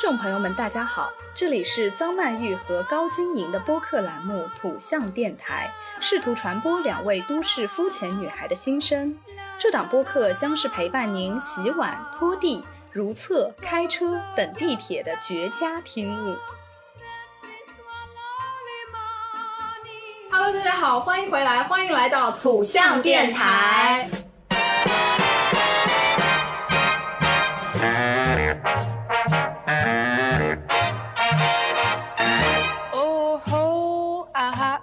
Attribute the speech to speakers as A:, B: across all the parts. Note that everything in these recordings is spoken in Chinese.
A: 众朋友们，大家好，这里是张曼玉和高晶莹的播客栏目《土象电台》，试图传播两位都市肤浅女孩的心声。这档播客将是陪伴您洗碗、拖地、如厕、开车、等地铁的绝佳听物。
B: Hello，大家好，欢迎回来，欢迎来到土象电台。
A: 哦吼啊哈！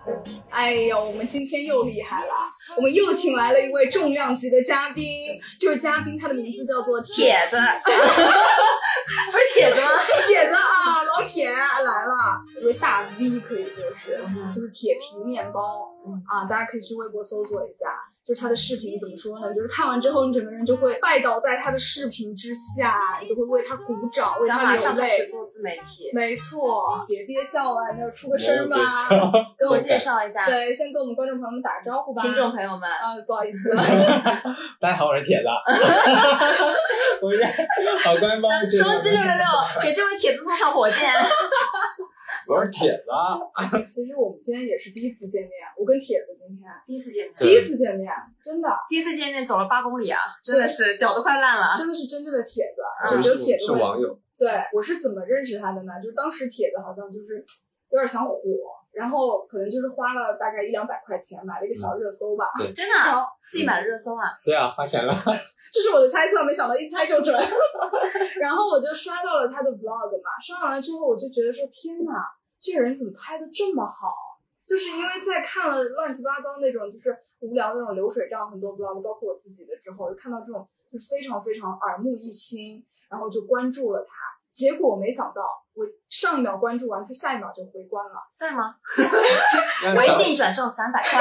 B: 哎呦，我们今天又厉害了，我们又请来了一位重量级的嘉宾。这位嘉宾他的名字叫做铁子，
C: 不是铁子吗？
B: 铁子啊，老铁来了，一位大 V 可以说是，就是铁皮面包啊，大家可以去微博搜索一下。就是他的视频怎么说呢？就是看完之后，你整个人就会拜倒在他的视频之下，你就会为他鼓掌，为
C: 想
B: 他
C: 马
B: 流
C: 上开始
B: 泪。
C: 做自媒体，
B: 没错，别憋笑啊了，你要出个声吧。
C: 给我介绍一下
B: 对，先跟我们观众朋友们打个招呼吧。
C: 听众朋友们。
B: 啊，不好意思，
D: 大家好，我是铁子。我是好官方的
C: 收呃击六六六，给这位铁子送上火箭。
D: 我是铁子。
B: 其实我们今天也是第一次见面，我跟铁子今天
C: 第一次见面，
B: 第一次见面，真的
C: 第一次见面走了八公里啊，真的是脚都快烂了。
B: 真的是真正的铁子，
D: 啊就
B: 就只有铁子
D: 是是
B: 会
D: 网友，
B: 对，我是怎么认识他的呢？就是当时铁子好像就是有点想火，然后可能就是花了大概一两百块钱买了一个小热搜吧。
D: 嗯
C: 真的
B: 然
C: 啊，
B: 后
C: 自己买了热搜啊，
D: 对啊，花钱了。
B: 这是我的猜测，没想到一猜就准。 然后我就刷到了他的 vlog 嘛，刷完了之后我就觉得说，天哪，这个人怎么拍的这么好？就是因为在看了乱七八糟那种就是无聊的那种流水账很多 vlog，包括我自己的之后，就看到这种就非常非常耳目一新，然后就关注了他。结果我没想到，我上一秒关注完，他下一秒就回关了。
C: 在吗？
D: 让
C: 微
D: 你找
C: 信转账三百块，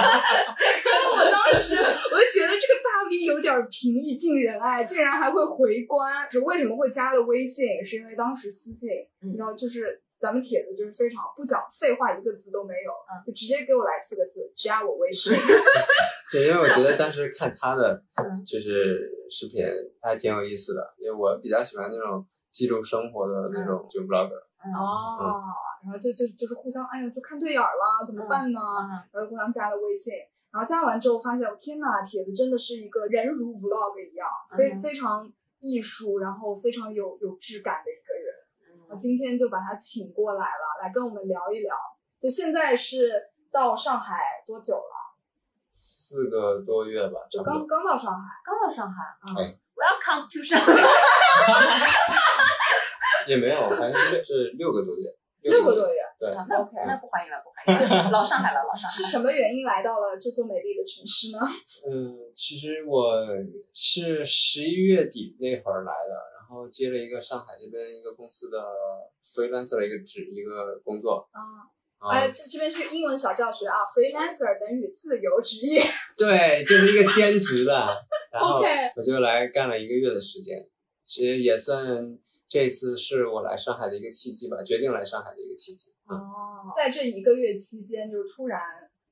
B: 我当时我就觉得这个大 V 有点平易近人哎，竟然还会回关。是为什么会加了微信？是因为当时私信，
C: 嗯
B: 你知道，就是咱们帖子就是非常不讲废话，一个字都没有，
C: 嗯
B: 就直接给我来四个字：加我微信。
D: 对，因为我觉得当时看他的
C: 嗯
D: 就是视频还挺有意思的，因为我比较喜欢那种记录生活的那种就 vlog。
B: 哦，然后就就就是互相，哎呀，就看对眼儿了，怎么办呢？
C: 嗯
B: 然后互相加了微信。然后加完之后发现，我天呐，帖子真的是一个人如 vlog 一样，非、
C: 嗯
B: 非常艺术，然后非常有有质感的一个人。我今天就把他请过来了，来跟我们聊一聊。就现在是到上海多久了？
D: 四个多月吧，
B: 就
D: 差
B: 刚
D: 不多。
B: 刚到上海
C: 刚到上海嗯
B: 啊。
D: 哎
C: ，Welcome to 上 海。
D: 也没有，好像是六是六个多月。
B: 六个
D: 月。
B: 多月。
D: 对，
C: 啊那
B: OK
C: 那不欢迎了，不欢迎了，老上海了，老上海
B: 是
C: 了。
B: 什么原因来到了这座美丽的城市呢？
D: 嗯，其实我是十一月底那会儿来的，然后接了一个上海这边一个公司的 freelancer 的一个职一个工作。
B: 啊，
D: 啊、
B: 哎，这这边是英文小教学啊，freelancer 等于自由职业。
D: 对，就是一个兼职的，然后
B: OK
D: 我就来干了一个月的时间，其实也算这次是我来上海的一个契机吧，决定来上海的一个契机。嗯，
B: 哦，在这一个月期间，就是突然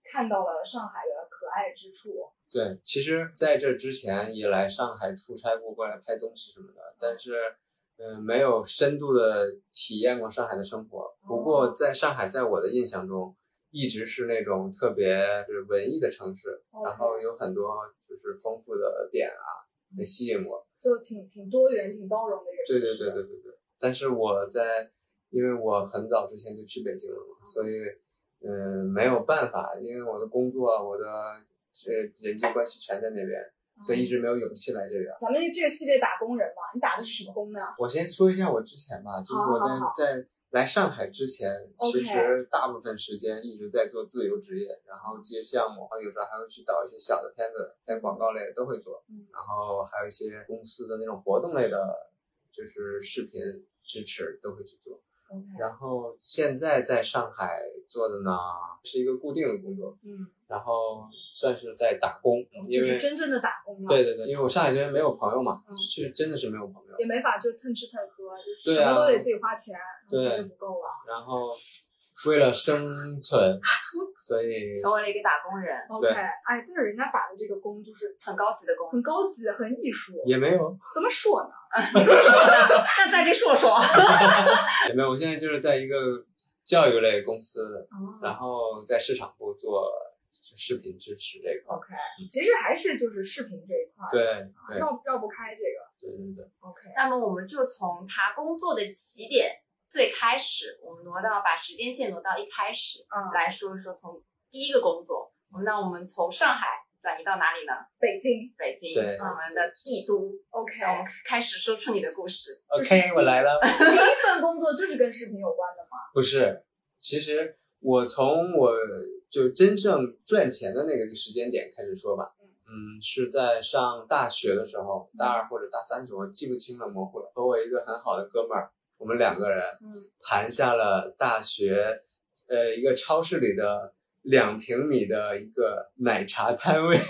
B: 看到了上海的可爱之处。
D: 对，其实在这之前也来上海出差过，过来拍东西什么的，但是。嗯，没有深度的体验过上海的生活。不过，在上海，在我的印象中，一直是那种特别就是文艺的城市，然后有很多就是丰富的点啊，很吸引我。
B: 就挺挺多元、挺包容的一个
D: 对
B: 城
D: 对
B: 市。
D: 对对对对。但是我在，因为我很早之前就去北京了嘛，所以嗯、呃没有办法，因为我的工作啊、我的呃人际关系全在那边，所以一直没有勇气来这边。
B: 咱们这个系列打工人嘛，你打的是什么工呢？
D: 我先说一下我之前吧，就是我在
B: 好好
D: 在来上海之前，
B: OK
D: 其实大部分时间一直在做自由职业，然后接项目，还有时候还会去导一些小的片子，在广告类的都会做，
B: 嗯
D: 然后还有一些公司的那种活动类的，就是视频支持都会去做。
B: OK，
D: 然后现在在上海做的呢是一个固定的工作，
B: 嗯，
D: 然后算是在打工，
B: 就
D: 因
B: 是
D: 为
B: 真正的打工了。
D: 对对对，因为我上海这边没有朋友嘛
B: 嗯，
D: 是真的是没有朋友。
B: 也没法就蹭吃蹭喝，就是
D: 对
B: 什
D: 啊
B: 么都得自己花钱，然后
D: 对
B: 钱就不够了。
D: 然后为了生存，所以
C: 成为了一个打工人，
B: OK，哎，但是人家打的这个工就是
C: 很高级的工。
B: 很高级，很艺术。
D: 也没有
B: 怎么说呢？
C: 那在这说说，
D: 也没有，我现在就是在一个教育类公司，
B: 哦
D: 然后在市场部做视频支持这块儿。
B: ，OK，其实还是就是视频这一块儿，
D: 对
B: 啊
D: 对
B: 绕绕不开这个。
D: 对对对，
B: OK，
C: 那么我们就从他工作的起点最开始，我们挪到把时间线挪到一开始
B: 嗯，
C: 来说一说从第一个工作。那我们从上海转移到哪里呢？
B: 北京
C: 北京，
D: 对
C: 我们的帝都。
B: ，OK，
C: 那我们开始说出你的故事。
D: OK，我来了。
B: 第一份工作就是跟视频有关的吗？
D: 不是，其实我从我就真正赚钱的那个时间点开始说吧。嗯，是在上大学的时候，大二或者大三的时候，我记不清了，模糊了。和我一个很好的哥们儿，我们两个人
B: 嗯
D: 盘下了大学，呃，一个超市里的两平米的一个奶茶摊位，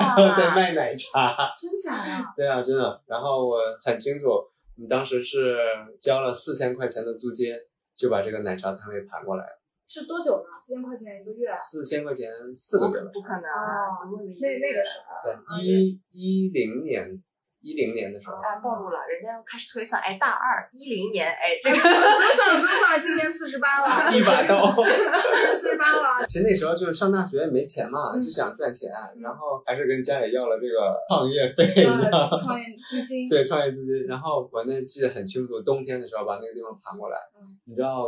D: 然后 在
C: 哇，
D: 卖奶茶。
B: 啊真假呀？
D: 对啊，真的。然后我很清楚，我们当时是交了四千块钱的租金，就把这个奶茶摊位盘过来了。
B: 是多久呢？四千块钱一个月？
D: 四千块钱四个月吧，
C: 不可能
B: 啊哦，
C: 怎么可能一
B: 那那个时候，
D: 对，一一零年，一零年的时
B: 嗯
D: 候，
C: 哎，暴露了，人家要开始推算，哎，大二一零年，哎，这个
B: 不用算了，不用算了，今年四十八了，
D: 一把刀。
B: 四十八 了。
D: 其实那时候就是上大学也没钱嘛，
B: 嗯
D: 就想赚钱，
B: 嗯
D: 然后还是跟家里要了这个创业费，你知道吗
B: 呃，创业基金，
D: 对，创业资金。然后我那记得很清楚，冬天的时候把那个地方盘过来
B: 嗯，
D: 你知道，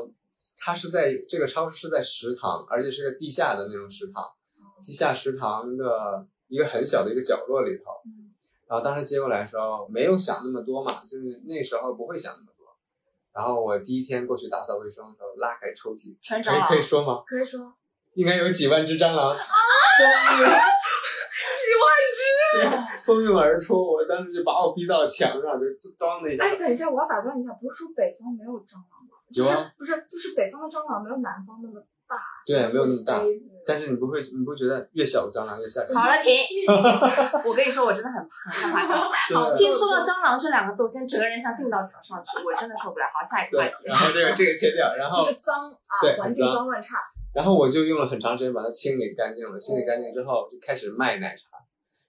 D: 它是在这个超市是在食堂，而且是个地下的那种食堂，
B: 嗯
D: 地下食堂的一个很小的一个角落里头。
B: 嗯
D: 然后当时接过来的时候，没有想那么多嘛，就是那时候不会想那么多。然后我第一天过去打扫卫生的时候，拉开抽屉，
C: 全
D: 可
C: 长
D: 以
B: 啊
C: 老
D: 可以说吗？
B: 可以说
D: 应该有几万只蟑 螂， 蜂拥而出。我当时就把我逼到墙上，就咣的一下。
B: 哎，等一下，我要打断一下，不是说北方没有蟑螂吗？
D: 有啊
B: 就是不是，就是北方的蟑螂没有南方那么大，
D: 对，没有那么大，
B: 会飞
D: 但是你不会，你不觉得越小的蟑螂越吓人？
C: 好了，停！ 我跟你说，我真的很怕很怕蟑螂。
D: 真的
B: 好
C: 听说到蟑螂这两个字，我先整个人像钉到墙上 去，我真的受不了。好，下一个话
D: 对，
C: 题
D: 然。后这个这个切掉， 然后
B: 就是脏啊
D: 对，
B: 环境
D: 很脏
B: 脏乱差。
D: 然后我就用了很长时间把它清理干净了，清理干净之后就开始卖奶茶，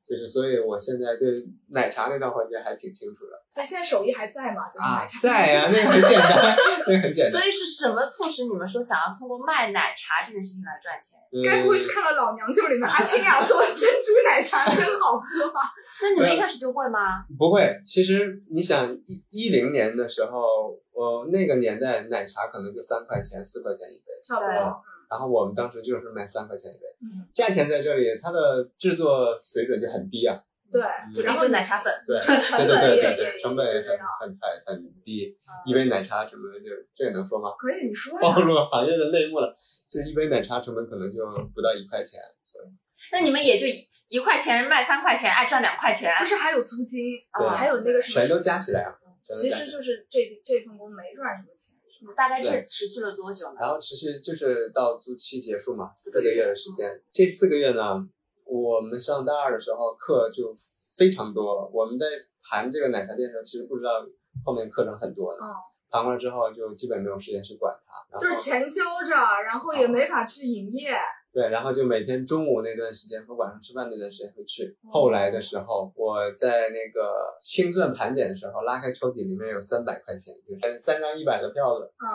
D: 就是所以我现在对奶茶那道环节还挺清楚的
B: 所以现在手艺还在嘛？就是
D: 啊
B: 奶，茶
D: 在啊，那个很简单， 那个很简
C: 所
D: 单。
C: 以是什么促使你们说想要通过卖奶茶这件事情来赚钱？
D: 呃
B: 该不会是看了《老娘舅》里面阿青雅做的珍珠奶茶真好喝啊吧？
C: 那你们一开始就会吗？
D: 嗯不会？其实你想一一零年的时候，我、那个年代奶茶可能就三块钱、四块钱一杯，
B: 差不
C: 对
B: 多。
D: 然后我们当时就是卖三块钱一杯，
B: 嗯
D: 价钱在这里，它的制作水准就很低啊，
B: 对，
C: 就一
B: 然后
C: 顿
B: 你
C: 奶茶粉，
D: 嗯对，
B: 成
D: 对
B: 本也
D: 对对对
B: 也啊
D: 对，成本也很很很很低，
B: 嗯
D: 一杯奶茶什么的，就这也能说吗？
B: 可以，你说呀。
D: 暴露行业的内幕了，就一杯奶茶成本可能就不到一块钱，所以
C: 那你们也就一一块钱卖三块钱，爱赚两块钱。
B: 不是还有租金
D: 对
B: 啊，还有那个什么，
D: 全都加起来啊，全都
B: 其
D: 加起
B: 实
D: 来。
B: 就是这这份工没赚什么钱，是吗？
C: 大概这
D: 对
C: 持续了多久呢？
D: 然后持续就是到租期结束嘛，
C: 四
D: 四
C: 个
D: 个
C: 月
D: 月的时间。这四个月呢，我们上大二的时候课就非常多，我们在盘这个奶茶店的时候，其实不知道后面课程很多的
B: 嗯。
D: 盘过来之后，就基本没有时间去管它。
B: 就是
D: 然后啊
B: 钱交着，然后也没法去营业。
D: 对，然后就每天中午那段时间和晚上吃饭那段时间会去。
B: 哦
D: 后来的时候，我在那个清算盘点的时候，拉开抽屉，里面有三百块钱，就是三张一百的票子。
B: 嗯，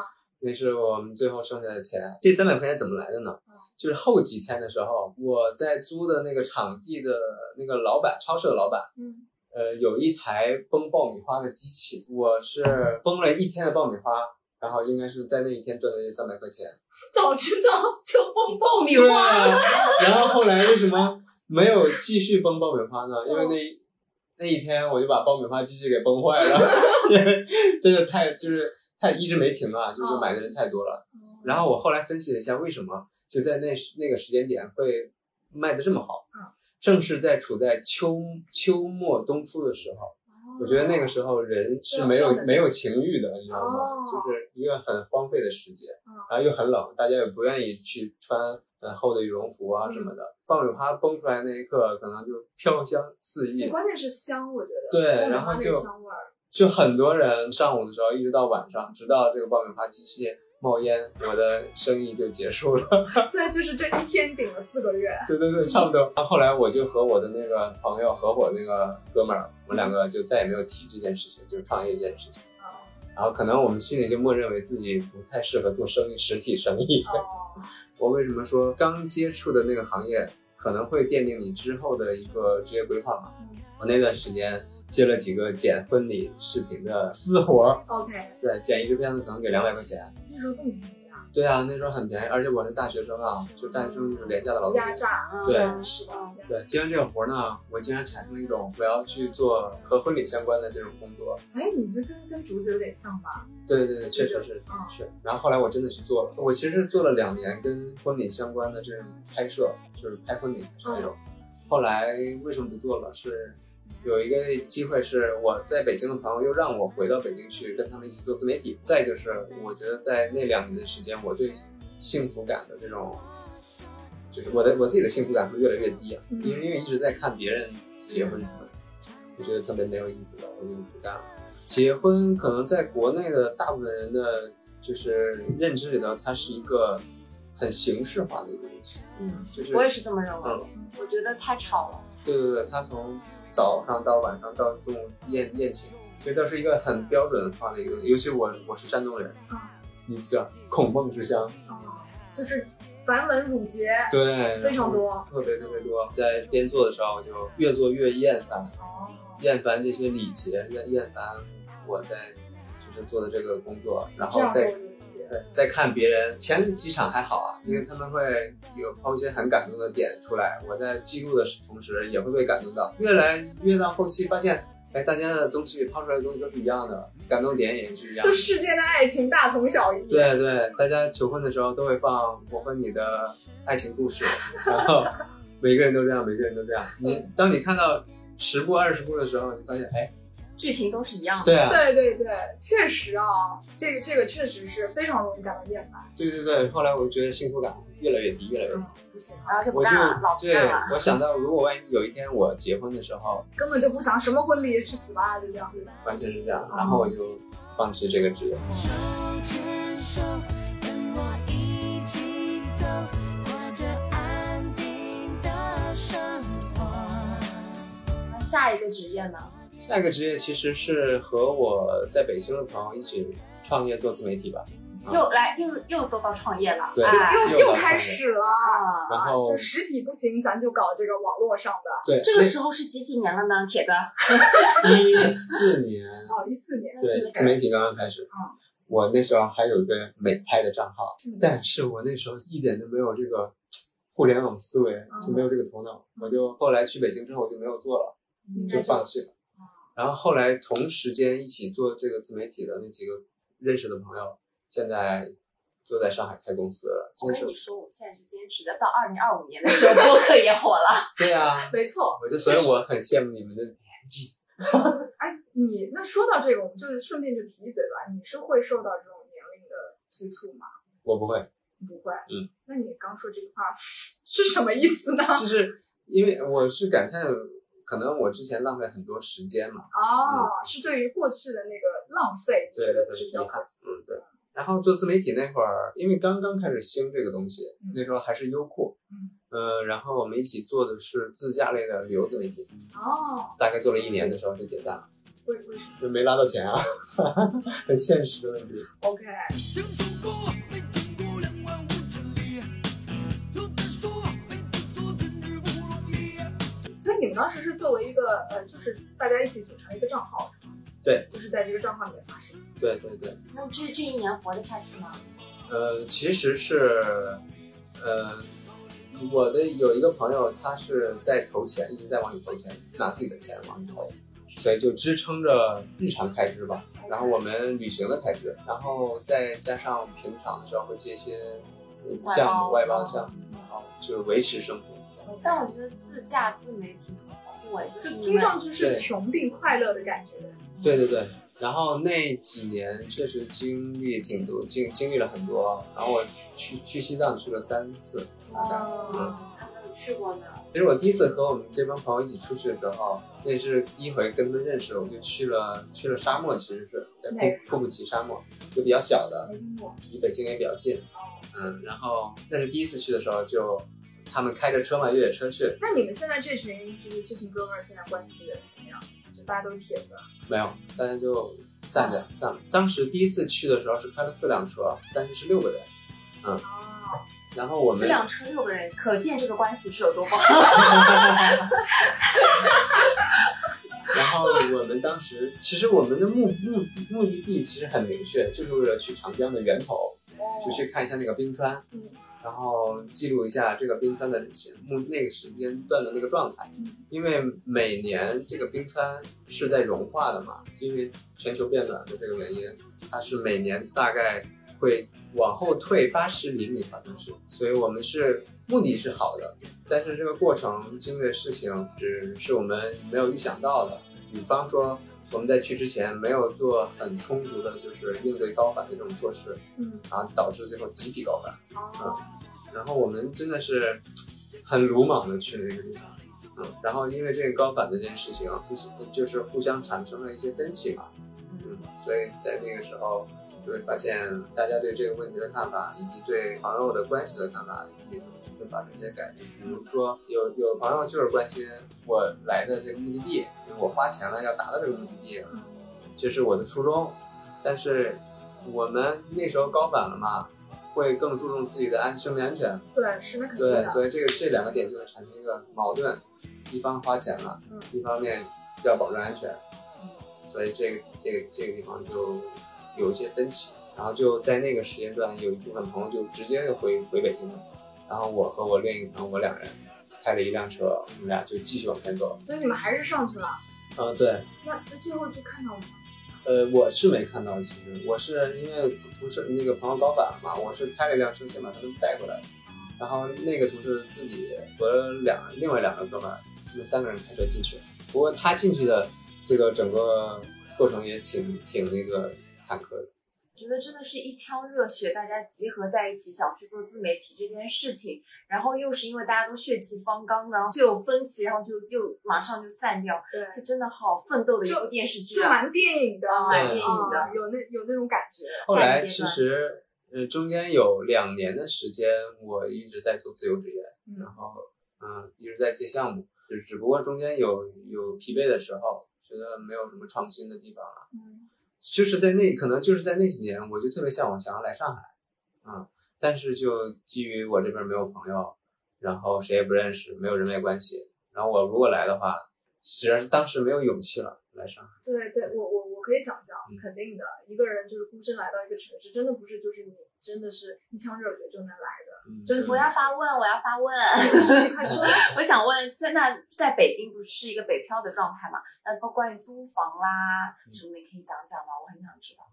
D: 那是我们最后剩下的钱。这三百块钱怎么来的呢
B: 嗯？
D: 就是后几天的时候，我在租的那个场地的那个老板，超市的老板，
B: 嗯，
D: 呃，有一台崩爆米花的机器，我是崩了一天的爆米花，然后应该是在那一天赚的这三百块钱。
B: 早知 道就
D: 嗯
B: 崩爆米
D: 对
B: 花。
D: 啊，然后后来为什么没有继续崩爆米花呢？因为那一那一天我就把爆米花机器给崩坏了， 因为真的太就是太一直没停啊，就是买的人太多了。
C: 哦
B: 嗯
D: 然后我后来分析了一下，为什么就在那时那个时间点会卖的这么好
B: 嗯？
D: 正是在处在秋秋末冬初的时候，
C: 哦
B: 嗯
D: 我觉得那个时候人是没有
B: 对
D: 没有情欲的，你知道
B: 哦
D: 吗？就是一个很荒废的时节
B: 嗯，
D: 然后又很冷，大家也不愿意去穿很厚的羽绒服啊什么的。爆米花崩出来那一刻，可能就飘香四
B: 对，
D: 溢，
B: 关键是香，我觉得
D: 对
B: 爆米
D: 然后
B: 花那个
D: 就
B: 香味儿，
D: 就很多人上午的时候一直到晚上，直到这个爆米花机器冒烟，我的生意就结束了。
B: 所以就是这一天顶了四个 月。
D: 对对对，差不多。后来我就和我的那个朋友和我那个哥们儿，我们两个就再也没有提这件事情，就是创业这件事情。然后可能我们心里就默认为自己不太适合做生意，实体生意。
B: 哦，
D: 我为什么说刚接触的那个行业可能会奠定你之后的一个职业规划嘛？我那段时间接了几个剪婚礼视频的私活儿，
B: OK，
D: 对，剪一支片子可能给两百块钱。
B: 那时候这么便宜啊，
D: 对啊，那时候很便宜，而且我是大学生啊，就大学生就是廉价的劳动
B: 压
D: 力。
B: 榨啊，
D: 对
B: 是吧？
D: 对，接完这个活儿呢，我竟然产生了一种我要去做和婚礼相关的这种工作。
B: 哎，你这跟跟竹子有点像吧？
D: 对对对，确实是
B: 嗯
D: 是。然后后来我真的去做了，我其实做了两年跟婚礼相关的这种拍摄，就是拍婚礼是那种。后来为什么不做了？是有一个机会是我在北京的朋友又让我回到北京去跟他们一起做自媒体。再就是我觉得在那两年的时间，我对幸福感的这种，就是我的我自己的幸福感会越来越低啊，
B: 嗯
D: 因为因为一直在看别人结婚什么的，我觉得特别没有意思的，我就不干了。结婚可能在国内的大部分人的就是认知里头，它是一个很形式化的一个东西，
C: 嗯，
D: 就是
C: 我也是这么认为的
D: 嗯。
C: 我觉得太吵了，
D: 对对对，它从早上到晚上到中午宴宴请，其实都是一个很标准化的一个东西。尤其我我是山东人，
B: 啊
D: 你知道孔孟之乡，
B: 啊，就是繁文缛节
D: 对，嗯
B: 非常，多。
D: 特别特别多。在边做的时候，我就越做越厌烦，
B: 哦，
D: 厌烦这些礼节，厌厌烦我在就是做的这个工作，然
B: 这
D: 后
B: 样
D: 再
B: 我理解。
D: 对，在看别人前几场还好啊，因为他们会有抛一些很感动的点出来，我在记录的同时也会被感动到。越来越到后期发现，哎，大家的东西抛出来的东西都是一样的，感动点也是一样
B: 就
D: 的。
B: 世间的爱情大同小异。
D: 对对，大家求婚的时候都会放我和你的爱情故事，然后每个人都这样，每个人都这样。你当你看到十部二十部的时候，你发现，哎，
C: 剧情都是一样的。
D: 对啊，
B: 对对对，确实啊，这个这个确实是非常容易感到厌烦。
D: 对对对。后来我觉得幸福感越来越低，越来越低。
C: 嗯，不行，然后就不
D: 我就
C: 干了，老不
D: 对
C: 干了。
D: 我想到，如果万一有一天我结婚的时候，
B: 根本就不想什么婚礼去死吧，就这样。对吧
D: 完全是这样，然后我就放弃这个职业。
E: 手牵手，跟我一起走，过着安定的生活。
C: 那下一个职业呢？
D: 下一个职业其实是和我在北京的朋友一起创业做自媒体吧，啊
C: 又来又又都到创业了，
D: 对
C: 哎
B: 又
D: 又
B: 又
D: 来
B: 开始了
C: 啊
D: 然
B: 啊！
D: 后
B: 就实体不行，咱就搞这个网络上的。
D: 对，
C: 这个时候是几几年了呢，铁子？
D: 一四年，
B: 哦，一四年，
D: 对，自媒体刚刚开始
B: 嗯，
D: 我那时候还有一个美拍的账号
B: 嗯，
D: 但是我那时候一点都没有这个互联网思维，就没有这个头脑，我就后来去北京之后我就没有做了。
B: 应
D: 就
B: 该
D: 放弃了。然后后来同时间一起做这个自媒体的那几个认识的朋友，现在都在上海开公司了。
C: 我
D: 真
C: 跟你
D: 是
C: 说，我现在是坚持的，到二零二五年的时候，播客也火了。
D: 对啊，
B: 没错。
D: 我就所以我很羡慕你们的年纪。
B: 哎，你那说到这个，我们就顺便就提一嘴吧。你是会受到这种年龄的催促吗？
D: 我不会，
B: 不会。
D: 嗯。
B: 那你刚说这句话是什么意思呢？
D: 就是因为我是感叹，可能我之前浪费很多时间嘛。
B: 哦，是对于过去的那个浪费，
D: 对对对，
B: 是比较
D: 遗憾
B: 可惜。
D: 嗯，对。然后做自媒体那会儿，因为刚刚开始兴这个东西
B: 嗯，
D: 那时候还是优酷。
B: 嗯。
D: 呃，然后我们一起做的是自驾类的旅游自媒体，
B: 哦，
D: 大概做了一年的时候就解散了。
B: 为为什么
D: 就没拉到钱啊， 很现实的问题。
B: ？OK，
E: 想走过，没走过两万五千里。有的说没得做，真是不容易。
B: 所以你们当时是作为一个呃，就是大家一起组成一个账号，是吗？
D: 对，
B: 就是在这个账号里面发声。
D: 对对对，
C: 那这这一年活得下去吗？
D: 呃，其实是，呃，我的有一个朋友，他是在投钱，一直在往里投钱，拿自己的钱往里投，所以就支撑着日常开支吧。然后我们旅行的开支，然后再加上平常的时候会接一些呃
C: 外
D: 项
C: 包嗯
D: 目，外包的项目，然后就是维持生活。
C: 但我觉得自驾自媒体很酷哎，嗯就
B: 就是听上去是
D: 对
B: 穷并快乐的感觉。
D: 对对对，然后那几年确实经历挺多，经经历了很多。然后我去去西藏去了三次，大概
B: 哦，
C: 嗯还没有去过呢。
D: 其实我第一次和我们这帮朋友一起出去的时候，那也是第一回跟他们认识，我就去了去了沙漠，其实是在
B: 哪个
D: 库库布齐沙漠，就比较小的，
B: 没听过。
D: 离北京也比较近。嗯，然后那是第一次去的时候就，他们开着车嘛，越野车去，
B: 那你们现在这群就是这群哥们儿现在关系怎么样？就大家都是铁粉，
D: 没有，大家就散着散了。当时第一次去的时候是开了四辆车，但是是六个人。嗯
C: 哦，
D: 然后我
C: 四
D: 们
C: 辆车六个人，可见这个关系是有多好。
D: 然后我们当时其实我们的目目的目的地其实很明确，就是为了去长江的源头，就去看一下那个冰川，
B: 嗯，
D: 然后记录一下这个冰川的目那个时间段的那个状态，因为每年这个冰川是在融化的嘛，因为全球变暖的这个原因，它是每年大概会往后退八十厘米，好像是，所以我们是目的是好的，但是这个过程经历的事情只是我们没有预想到的。比方说，我们在去之前没有做很充足的，就是应对高反的这种措施，
B: 嗯，
D: 然后啊导致最后集体高反。
B: 哦，
D: 然后我们真的是很鲁莽的去了那个地方，嗯，然后因为这个高反的这件事情，互相就是互相产生了一些分歧嘛，嗯，所以在那个时候就会发现大家对这个问题的看法，以及对朋友的关系的看法，也会发生一些改变。比如说，有有朋友就是关心我来的这个目的地，因为我花钱了要达到这个目的地，这是我的初衷，但是我们那时候高反了嘛。会更注重自己的安生命安全，
B: 对，是那肯定
D: 对，
B: 的。
D: 所以这个这两个点就会产生一个矛盾，一方花钱了，
B: 嗯
D: 一方面要保证安全，所以这个这个这个地方就有一些分歧，然后就在那个时间段，有一部分朋友就直接就回回北京了，然后我和我另一个朋友，我两人开了一辆车，我们俩就继续往前走。
B: 所以你们还是上去了，
D: 啊、对，
B: 那那最后就看到我们
D: 呃，我是没看到，其实我是因为同事那个朋友高反了嘛，我是开了一辆车先把他们带回来，然后那个同事自己和两另外两个哥们儿，他们三个人开车进去。不过他进去的这个整个过程也挺挺那个坎坷的。
C: 觉得真的是一腔热血，大家集合在一起想去做自媒体这件事情，然后又是因为大家都血气方刚，然后就有分歧，然后就就马上就散掉，
B: 对。
C: 这真的好奋斗的一
B: 就
C: 部电视剧
B: 就
C: 啊！
B: 蛮电影的，
C: 啊
D: 蛮电
C: 影的
B: 啊有那有那种感觉。
D: 后
C: 下一
D: 来
C: 个阶
D: 其
C: 段
D: 实呃中间有两年的时间，我一直在做自由职业，
B: 嗯
D: 然后嗯一直在接项目，只只不过中间有有疲惫的时候，觉得没有什么创新的地方了。
B: 嗯，
D: 就是在那可能就是在那几年，我就特别向往想要来上海，嗯，但是就基于我这边没有朋友，然后谁也不认识，没有人脉关系，然后我如果来的话，实在是当时没有勇气了来上海，
B: 对对，我我我可以想象
D: 嗯，
B: 肯定的，一个人就是孤身来到一个城市，真的不是就是你真的是一腔热血就能来的，
D: 嗯
B: 真的
C: 我要发问，我要发 问，
B: 快 说，
C: 我想问，在那在北京不是一个北漂的状态嘛？那关于租房啦
D: 嗯
C: 什么的，可以讲讲吗？我很想知道。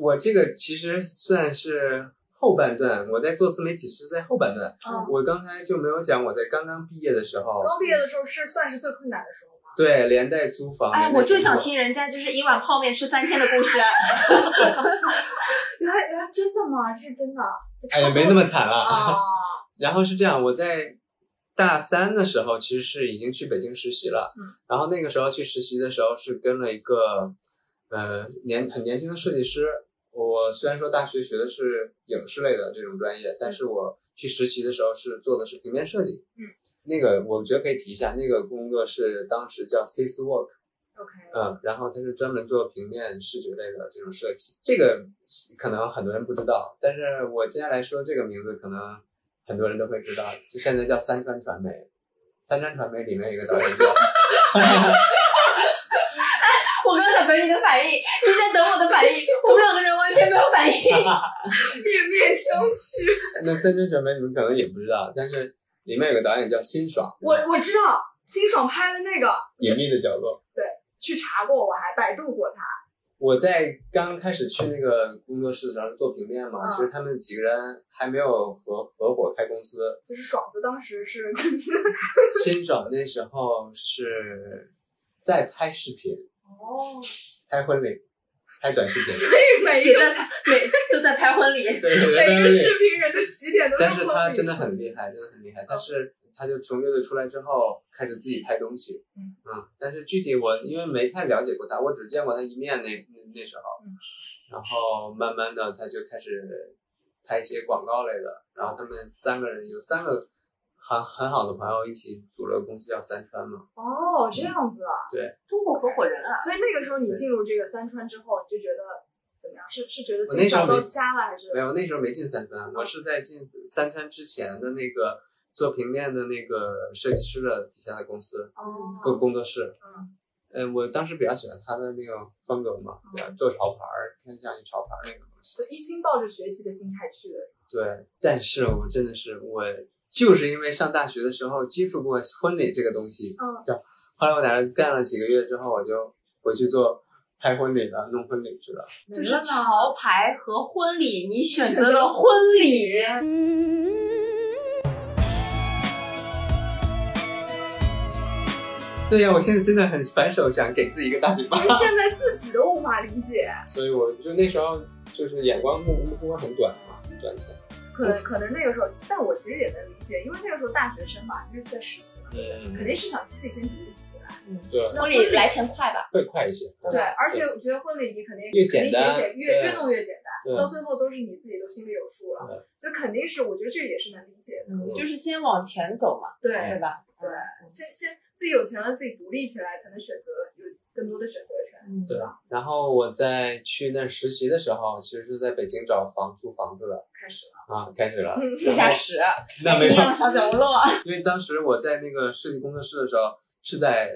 D: 我这个其实算是后半段，我在做自媒体是在后半段，
C: 哦
B: 嗯
D: 我刚才就没有讲我在刚刚毕业的时候，
B: 刚毕业的时候是算是最困难的时候吗？
D: 对，连带租房，
C: 哎，
D: 连带
C: 我就
D: 工
C: 想
D: 作
C: 听人家就是一碗泡面吃三天的故事。啊
B: 原来原来真的吗？是真的。
D: 哎 呀，没那么惨了
B: 啊，
D: 然后是这样，我在大三的时候其实是已经去北京实习了，
B: 嗯
D: 然后那个时候去实习的时候是跟了一个呃年很年轻的设计师。我虽然说大学学的是影视类的这种专业，但是我去实习的时候是做的是平面设计。
B: 嗯，
D: 那个我觉得可以提一下，那个工作是当时叫 Sis Work。
B: OK，
D: 嗯，然后它是专门做平面视觉类的这种设计，这个可能很多人不知道，但是我接下来说这个名字，可能很多人都会知道，就现在叫三川传媒。三川传媒里面有一个导演叫，
C: 我刚想等你的反应，你在等我的反应，我们两个人完全没有反应。
B: 面面相觑。
D: 那三川传媒你们可能也不知道，但是里面有个导演叫辛爽，
B: 我我知道，辛爽拍的那个，
D: 隐秘的角落。
B: 去查过，我还百度过他。
D: 我在刚开始去那个工作室的时候是做平面嘛，
B: 嗯
D: 其实他们几个人还没有合合伙开公司，
B: 就是爽子当时 是，
D: 辛爽那时候是在拍视频，
C: 哦，
D: 拍婚礼，拍短视频，
B: 所以每一
C: 也
B: 个
C: 在拍，每都在拍婚礼。
D: 对对
B: 每一个
D: 对对。
B: 视频人的起点都
D: 但是他
B: 他
D: 真的很厉害，真的很厉害。他是他就从乐队出来之后开始自己拍东西，
B: 嗯
D: 但是具体我因为没太了解过他，我只见过他一面那那那时候，
B: 嗯
D: 然后慢慢的他就开始拍一些广告类的，然后他们三个人有三个很很好的朋友一起组了个公司叫三川嘛，
B: 哦，这样子啊。
C: 中国合伙人啊，
B: 所以那个时候你进入这个三川之后，你就觉得怎么样？是是觉得自
D: 我那
B: 己
D: 时候
B: 找到
D: 没
B: 家了，还是
D: 没有那时候没进三川，
B: 哦
D: 我是在进三川之前的那个做平面的那个设计师的底下的公司，
B: 哦
D: 工工作室。
B: 嗯哦
D: 嗯，我当时比较喜欢他的那个风格嘛，对吧？做潮牌儿，偏向于潮牌儿那个东西。
B: 就一心抱着学习的心态去的。
D: 对，但是我真的是我就是因为上大学的时候接触过婚礼这个东西，
B: 嗯，
D: 后来我在那儿干了几个月之后，我就回去做拍婚礼了，弄婚礼去了。
C: 就是潮牌和婚礼，你选
B: 选
C: 择
B: 择
C: 了婚礼。
D: 对呀、我现在真的很反手，想给自己一个大嘴巴
B: 就。是现在自己都无法理解，
D: 所以我就那时候就是眼光目目光很短嘛，很短浅。
B: 可能可能那个时候，但我其实也能理解，因为那个时候大学生嘛，因为在实习嘛，肯
D: 嗯，
B: 定是想自己先独立起来。
D: 对，
B: 那
C: 婚礼来钱快吧？
D: 会快一些。
B: 对，而且我觉得婚礼你肯定
D: 越
B: 肯
D: 简
B: 定
D: 单
B: 解越
D: 对
B: 越弄越简单，
D: 对
B: 到最后都是你自己都心里有数了，就肯定是我觉得这个也是能理解的。
C: 嗯，就是先往前走嘛，
D: 嗯
B: 对
C: 对吧？
B: 对，先先自己有钱了，自己独立起来，才能选择有更多的选择权。
C: 嗯，
D: 对，啊然后我在去那儿实习的时候，其实是在北京找房租房子的
B: 开始了，
D: 啊，开始了。
B: 嗯
C: 地
D: 然
C: 下
D: 后
C: 室，
D: 那没
C: 阴
D: 有，
C: 阳小角落，
D: 因为当时我在那个设计工作室的时候，是在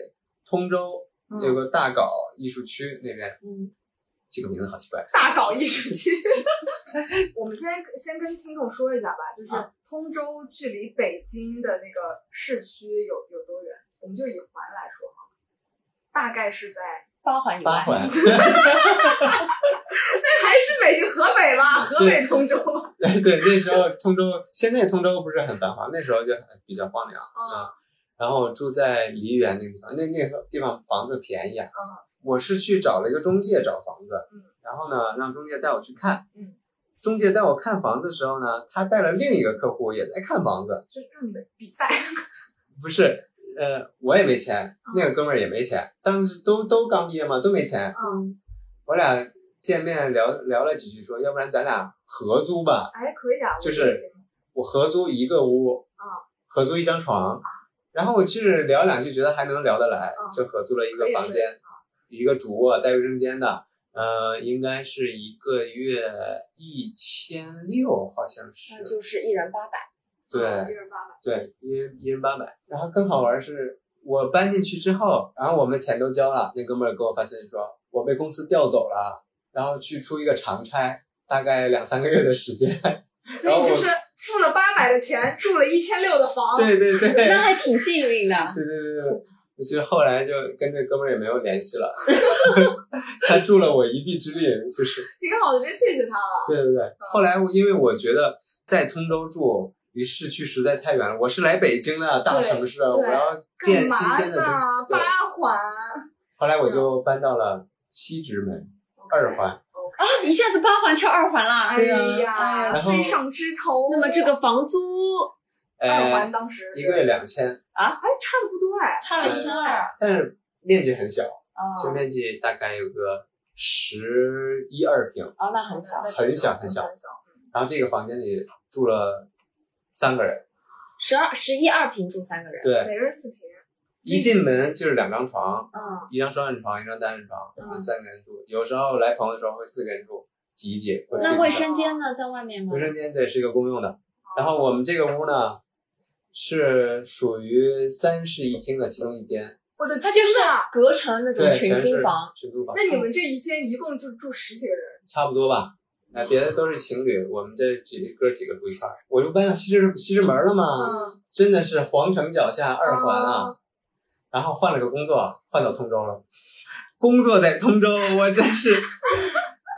D: 通州
B: 嗯
D: 有个大搞艺术区那边，
C: 嗯，
D: 这个名字好奇怪。
B: 大搞艺术区。我们先先跟听众说一下吧，就是通州距离北京的那个市区有有多远？我们就以环来说哈，大概是 在
C: 八环以
D: 八
C: 外，
D: 环，
B: 还是北京河北吧，河北通 州。嗯
D: 对对，那时候通州，现在通州不是很繁华，那时候就比较荒凉啊。然后我住在梨园那个地方，那那个地方房子便宜啊。
B: 嗯
D: 我是去找了一个中介找房子，
B: 嗯
D: 然后呢，让中介带我去看。
B: 嗯
D: 中介带我看房子的时候呢，他带了另一个客户也在看房子，
B: 就让你们比赛，
D: 不是，呃，我也没钱，
B: 哦
D: 那个哥们儿也没钱，当时都都刚毕业嘛，都没钱。
B: 嗯，
D: 我俩见面聊聊了几句说，要不然咱俩合租吧，
B: 哎，可以啊，我
D: 就
B: 觉得
D: 是
B: 行。
D: 我合租一个屋，
B: 啊
D: 合租一张床，然后我就是聊两句，觉得还能聊得来，
B: 啊
D: 就合租了一个
B: 可以
D: 房
B: 睡啊
D: 间，一个主卧带卫生间的，呃，应该是一个月一千六，好像是，
C: 那就是一人八百。
B: 啊一
D: 对
B: 人八百，
D: 对，一人一人八百。然后更好玩是，我搬进去之后，然后我们钱都交了，那哥们儿给我发信息说，我被公司调走了，然后去出一个长差，大概两三个月的时间。
B: 所以就是付了八百的钱，住了一千六的房，
D: 对对对。
C: 那还挺幸运的。啊
D: 对对对对，我就后来就跟这哥们儿也没有联系了， 他助了我一臂之力，就是
B: 挺好的，真谢谢他了。
D: 对对对。后来我因为我觉得在通州住离市区实在太远了，我是来北京的大城市啊，
B: 对
D: 我
B: 对
D: 要见
B: 干
D: 新
B: 嘛
D: 鲜的东
B: 呢嗯
D: 西。？对，
B: 八环，
D: 后来我就搬到了西直门二环，
C: 啊，一下子八环跳二环啦。
B: 哎
D: 对啊
B: 呀，
D: 然后
B: 飞上枝头。
C: 那么这个房租
B: 二
D: 呃
B: 环，当时是
D: 一个月，两千，
B: 哎，差的不多哎，
C: 差了一千二
D: 但是面积很小，
B: 嗯
C: 啊
D: 就面积大概有个十一二平，
C: 哦，那很小，
D: 很小
B: 很
D: 很小
B: 很小。
D: 然后这个房间里住了三个人，
C: 十二十一二平住三个人。
D: 对，
B: 每人四平，
D: 一进门就是两张床，
C: 嗯，
D: 一张双人床，一张单人床，我们
C: 嗯
D: 三个人住。有时候来朋友的时候会四个人住，挤一挤。会睡
C: 那
D: 一
C: 卫
D: 觉
C: 生哦间呢？在外面吗
D: 卫？生间对是一个公用的。然后我们这个屋呢，是属于三室一厅的其中一间，
B: 我的
C: 它
B: 天
C: 就是嗯
B: 呐！
C: 隔成那种
D: 对，
C: 群
D: 全
C: 租
D: 是
C: 房，
D: 群租房
B: 那你们这一间一共就住十几个人，
D: 差不多吧。哎，别的都是情侣，我们这几哥几个住一块儿。我就搬到西直西直门了嘛，
B: 嗯，
D: 真的是皇城脚下二环啊。
B: 哦
D: 然后换了个工作，换到通州了。工作在 通州，我真是。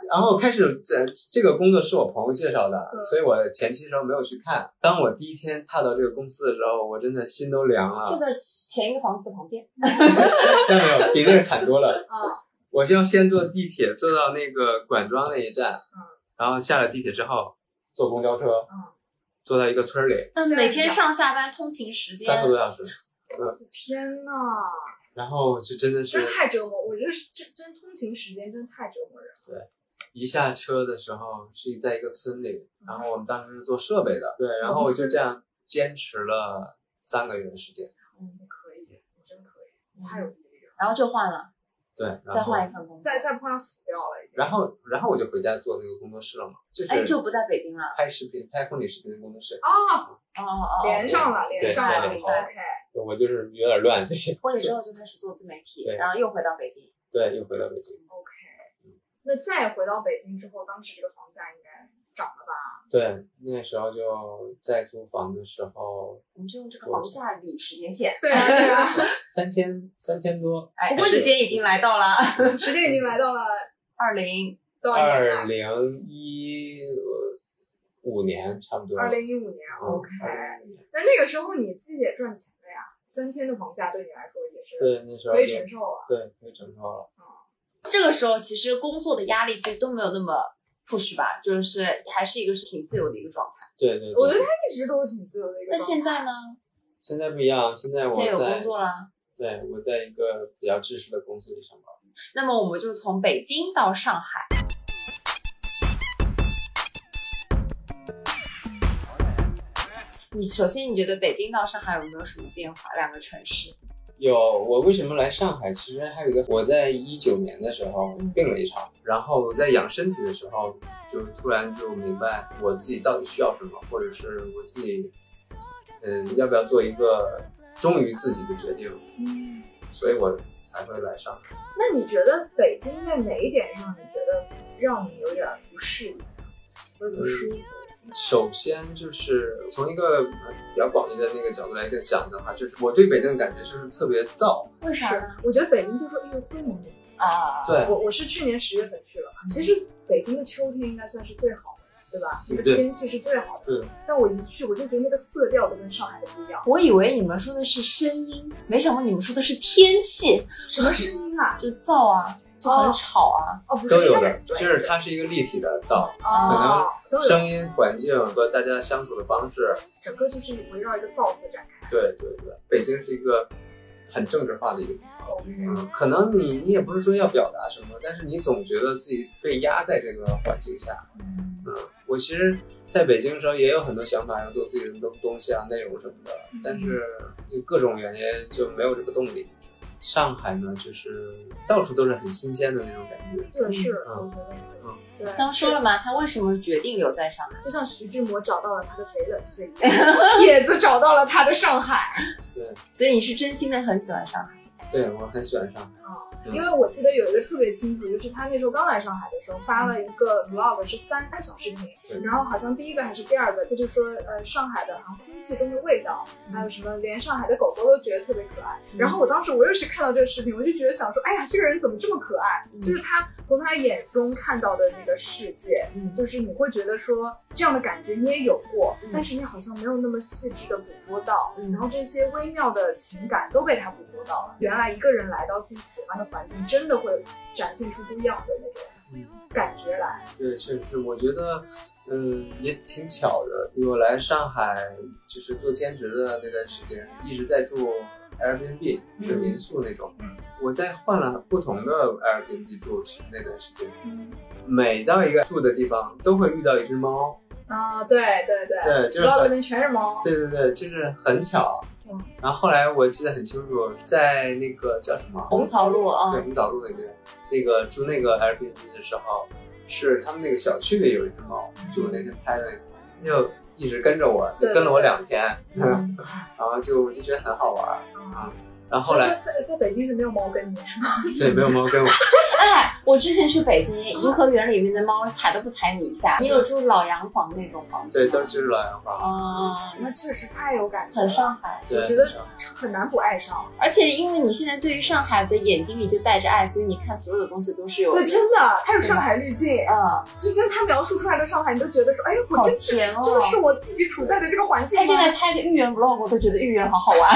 D: 然后开始这这个工作是我朋友介绍的
B: 嗯，
D: 所以我前期时候没有去看。当我第一天踏到这个公司的时候，我真的心都凉
C: 嗯就
D: 了。
C: 在前一个房子旁边。
D: 但没有，比那个惨多了。
C: 哦
B: 嗯，
D: 我就先坐地铁坐到那个管庄那一站，然后下了地铁之后坐公交车，
C: 嗯
D: 坐到一个村儿里，
C: 那每天上下班通勤时间
D: 三个多小时，
B: 天呐，
D: 然后就真的是
B: 真太折磨，我觉得是真真通勤时间真太折磨人了。
D: 一下车的时候是在一个村里，然后我们当时是做设备的，对，然后我就这样坚持了三个月的时间，
B: 嗯，可以，我真可以，太有毅力了。
C: 然后就换了，
D: 对，
C: 再
D: 然后
C: 换一份工作，
B: 再再碰上死掉了已经。
D: 然后然后我就回家做那个工作室了嘛，就是
C: 哎，就不在北京了。
D: 拍视频拍婚礼视频的工作室，
B: 哦，
C: 哦哦，
B: 连
C: 哦
B: 上了，连
D: 对
B: 上了
C: 对对
B: ，OK。
D: 我就是 有点乱这些，
C: 婚礼之后就开始做自媒体，
D: 对
C: 然后又回到北京。
D: 对，又回到北京，
B: OK，那再回到北京之后，当时这个房价应该涨了吧？
D: 对，那时候就在租房的时候
C: 我们就用这个房价理时间线，
B: 对啊， 对啊，
D: 三千三千多，
C: 哎，
D: 不过
C: 时
D: 你
C: 间已经来到了
B: 时间已经来到了
C: 二零，
B: 多少年
D: 二
B: 了？
D: 零一五年差不多，
B: 二零一五年
D: 嗯
B: ，OK。
D: 2015年
B: 那那个时候你自己也赚钱了呀，三千的房价对你来说也是
D: 对，那时候
B: 可以
D: 就
B: 承受啊了。
D: 对可以承受了。
C: 这个时候其实工作的压力其实都没有那么 push 吧，就是还是一个是挺自由的一个状态。
D: 对对
B: 我觉得，
D: 对
B: 他一直都是挺自由的一个
C: 那
B: 状态。
C: 现在呢？
D: 现在不一样，现在我
C: 现在有
D: 在
C: 工作了。
D: 对我在一个比较制式的公司里上班。
C: 那么我们就从北京到上海。你首先，你觉得北京到上海有没有什么变化？两个城市，
D: 有我为什么来上海？其实还有一个，我在一九年的时候病了一场，然后我在养身体的时候，就突然就明白我自己到底需要什么，或者是我自己，嗯，要不要做一个忠于自己的决定。
B: 嗯，
D: 所以我才会来上海。
B: 那你觉得北京在哪一点上，你觉得让你有点不适应，有点不舒服？啊
D: 首先就是从一个呃比较广义的那个角度来讲的话，就是我对北京的感觉就是特别燥，
C: 为啥
B: 是
C: 呢？，
B: 我觉得北京就是一哎个灰蒙蒙。
C: 啊，
D: 对，
B: 我我是去年十月份去了嘛，其实北京的秋天应该算是最好的，对吧？那个
D: 对
B: 天气是最好的。
D: 对。
B: 但我一去，我就觉得那个色调都跟上海的不一样。
C: 我以为你们说的是声音，没想到你们说的是天气，
B: 什么声音啊？
C: 就噪啊，就很
B: 哦
C: 吵啊。嗯
B: 哦，不是，
D: 都有
B: 应该
D: 的
B: 是，
D: 就
B: 对
D: 是它是一个立体的燥，
B: 哦，都有，
D: 声音、环境和大家相处的方式，
B: 整个就是围绕一个造字展开。
D: 对对对，北京是一个很政治化的一个地
B: 嗯
D: 方，可能你你也不是说要表达什么，但是你总觉得自己被压在这个环境下。
C: 嗯
D: 我其实在北京的时候也有很多想法要做自己的东东西啊、内容什么的，
B: 嗯
D: 但是就各种原因就没有这个动力。上海呢，就是到处都是很新鲜的那种感觉。
B: 对，是，我
D: 嗯
B: 觉得是
D: 嗯。
B: 对，
C: 刚刚说了嘛，他为什么决定留在上海？
B: 就像徐志摩找到了他的翡冷翠一样，帖子找到了他的上海。
D: 对，
C: 所以你是真心的很喜欢上海。
D: 对我很喜欢上海。嗯
B: 因为我记得有一个特别清楚，就是他那时候刚来上海的时候发了一个
D: 嗯
B: vlog，是三个小视频，
D: 对
B: 然后好像第一个还是第二个，他就说呃上海的好像空气中的味道，还有什么连上海的狗狗都觉得特别可爱。
C: 嗯
B: 然后我当时我也是看到这个视频，我就觉得想说，哎呀，这个人怎么这么可爱？
C: 嗯
B: 就是他从他眼中看到的那个世界，
C: 嗯
B: 就是你会觉得说这样的感觉你也有过，
C: 嗯
B: 但是你好像没有那么细致的捕捉到，
C: 嗯
B: 然后这些微妙的情感都被他捕捉到了。原来一个人来到自己喜欢的环境，真的会展现出不一样的那种感觉来。
D: 嗯对，确实是，我觉得，嗯，也挺巧的。我来上海就是做兼职的那段时间，一直在住 Airbnb，是
B: 嗯
D: 民宿那种。我在换了不同的 Airbnb 住那段时间，
C: 嗯
D: 每到一个住的地方都会遇到一只猫，
B: 啊，对对对，
D: 对，就是
B: 包里
D: 很，
B: 面全是啊猫。
D: 对对对，就是很巧
B: 嗯。
D: 然后后来我记得很清楚，在那个叫什么
C: 红槽路啊
D: 对，，红枣路那边，那个住那个 Airbnb 的时候，是他们那个小区里有一只猫，就我那天拍的那个，就一直跟着我，
B: 嗯对
D: 就跟了我两天，
C: 嗯
D: 然后就我就觉得很好玩儿。
B: 啊
D: 然后后来，
B: 在在在北京是没有猫跟你是吗？
D: 对，没有猫跟我，
C: 哎，我之前去北京颐和园里面的猫踩都不踩你一下。你有住老洋房那种房子吗？
D: 对，都是老洋房，
C: 啊，
B: 那确实太有感觉了，
C: 很上海。
D: 对，
B: 觉得
D: 是
B: 很难不爱上。
C: 而且因为你现在对于上海的眼睛里就带着爱，所以你看所有的东西都是有
B: 对，真的，它有上海滤镜，
C: 嗯，
B: 就真的他描述出来的上海，你都觉得说，哎，我
C: 好
B: 真是
C: 甜哦。
B: 这个是我自己处在的这个环境
C: 他现在
B: 吗？
C: 拍个豫园 vlog，我都觉得豫园好好玩。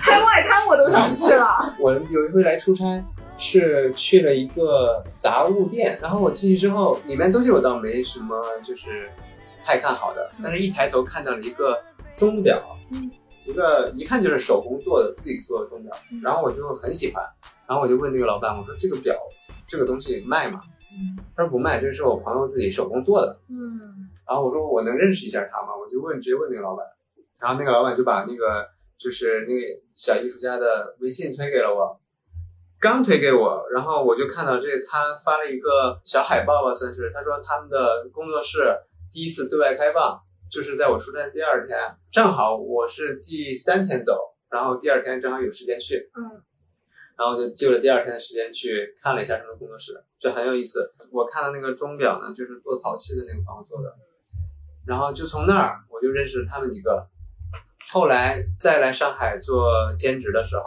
B: 拍外滩我都想去了。
D: 我有一回来出差，是去了一个杂物店，然后我进去之后，里面东西我倒没什么就是太看好的，但是一抬头看到了一个钟表，
B: 嗯
D: 一个一看就是手工做的自己做的钟表，
B: 嗯
D: 然后我就很喜欢，然后我就问那个老板，我说这个表这个东西卖吗？他说不卖，这是我朋友自己手工做的。
B: 嗯
D: 然后我说我能认识一下他吗？我就问直接问那个老板，然后那个老板就把那个就是那个小艺术家的微信推给了我，刚推给我，然后我就看到这他发了一个小海报吧，算是他说他们的工作室第一次对外开放，就是在我出差的第二天，正好我是第三天走，然后第二天正好有时间去，
B: 嗯，
D: 然后就就了第二天的时间去看了一下他们的工作室，就很有意思。我看到那个钟表呢，就是做陶器的那个朋友做的，然后就从那儿我就认识了他们几个。后来再来上海做兼职的时候，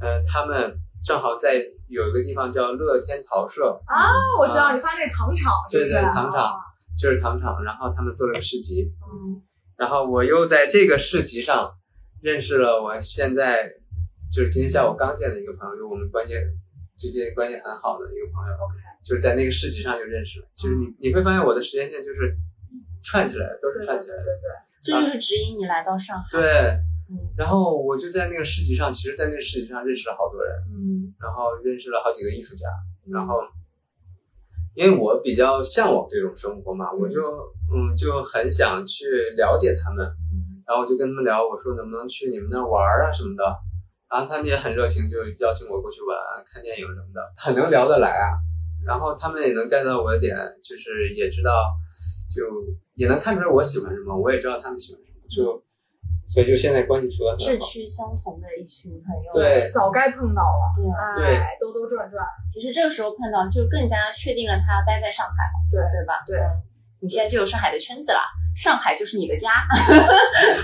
D: 呃，他们正好在有一个地方叫乐天陶社，
B: 啊，我知道
D: 啊
B: 你发那糖厂是不
D: 对
B: 是？啊
D: 对，糖厂就是糖厂，然后他们做了个市集，
C: 嗯，
D: 然后我又在这个市集上认识了我现在就是今天下午刚见的一个朋友，就我们关系最近关系很好的一个朋友
C: OK
D: 就是在那个市集上就认识了。就是你你会发现我的时间线就是串起来的，都
B: 对
D: 是
B: 对
D: 串
B: 对
D: 起来的。
B: 对对，
C: 这就是指引你来到上海。
D: 对，
C: 嗯
D: 然后我就在那个市集上，其实，在那个市集上认识了好多人，
C: 嗯
D: 然后认识了好几个艺术家，然后因为我比较向往这种生活嘛，我就嗯就很想去了解他们，
C: 嗯
D: 然后我就跟他们聊，我说能不能去你们那儿玩儿啊什么的，然后他们也很热情，就邀请我过去玩、啊看电影什么的，很能聊得来啊。然后他们也能 get 到我的点，就是也知道，就也能看出来我喜欢什么，我也知道他们喜欢什么，就所以就现在关系处的
C: 志
D: 很好。
C: 趣相同的一群朋友。
D: 对
B: 早该碰到了，
C: 对啊，
D: 对
B: 哎，兜兜转转，
C: 其实这个时候碰到，就更加确定了他要待在上海嘛，
B: 对
C: 对吧？
B: 对
C: 嗯，你现在就有上海的圈子啦，上海就是你的家。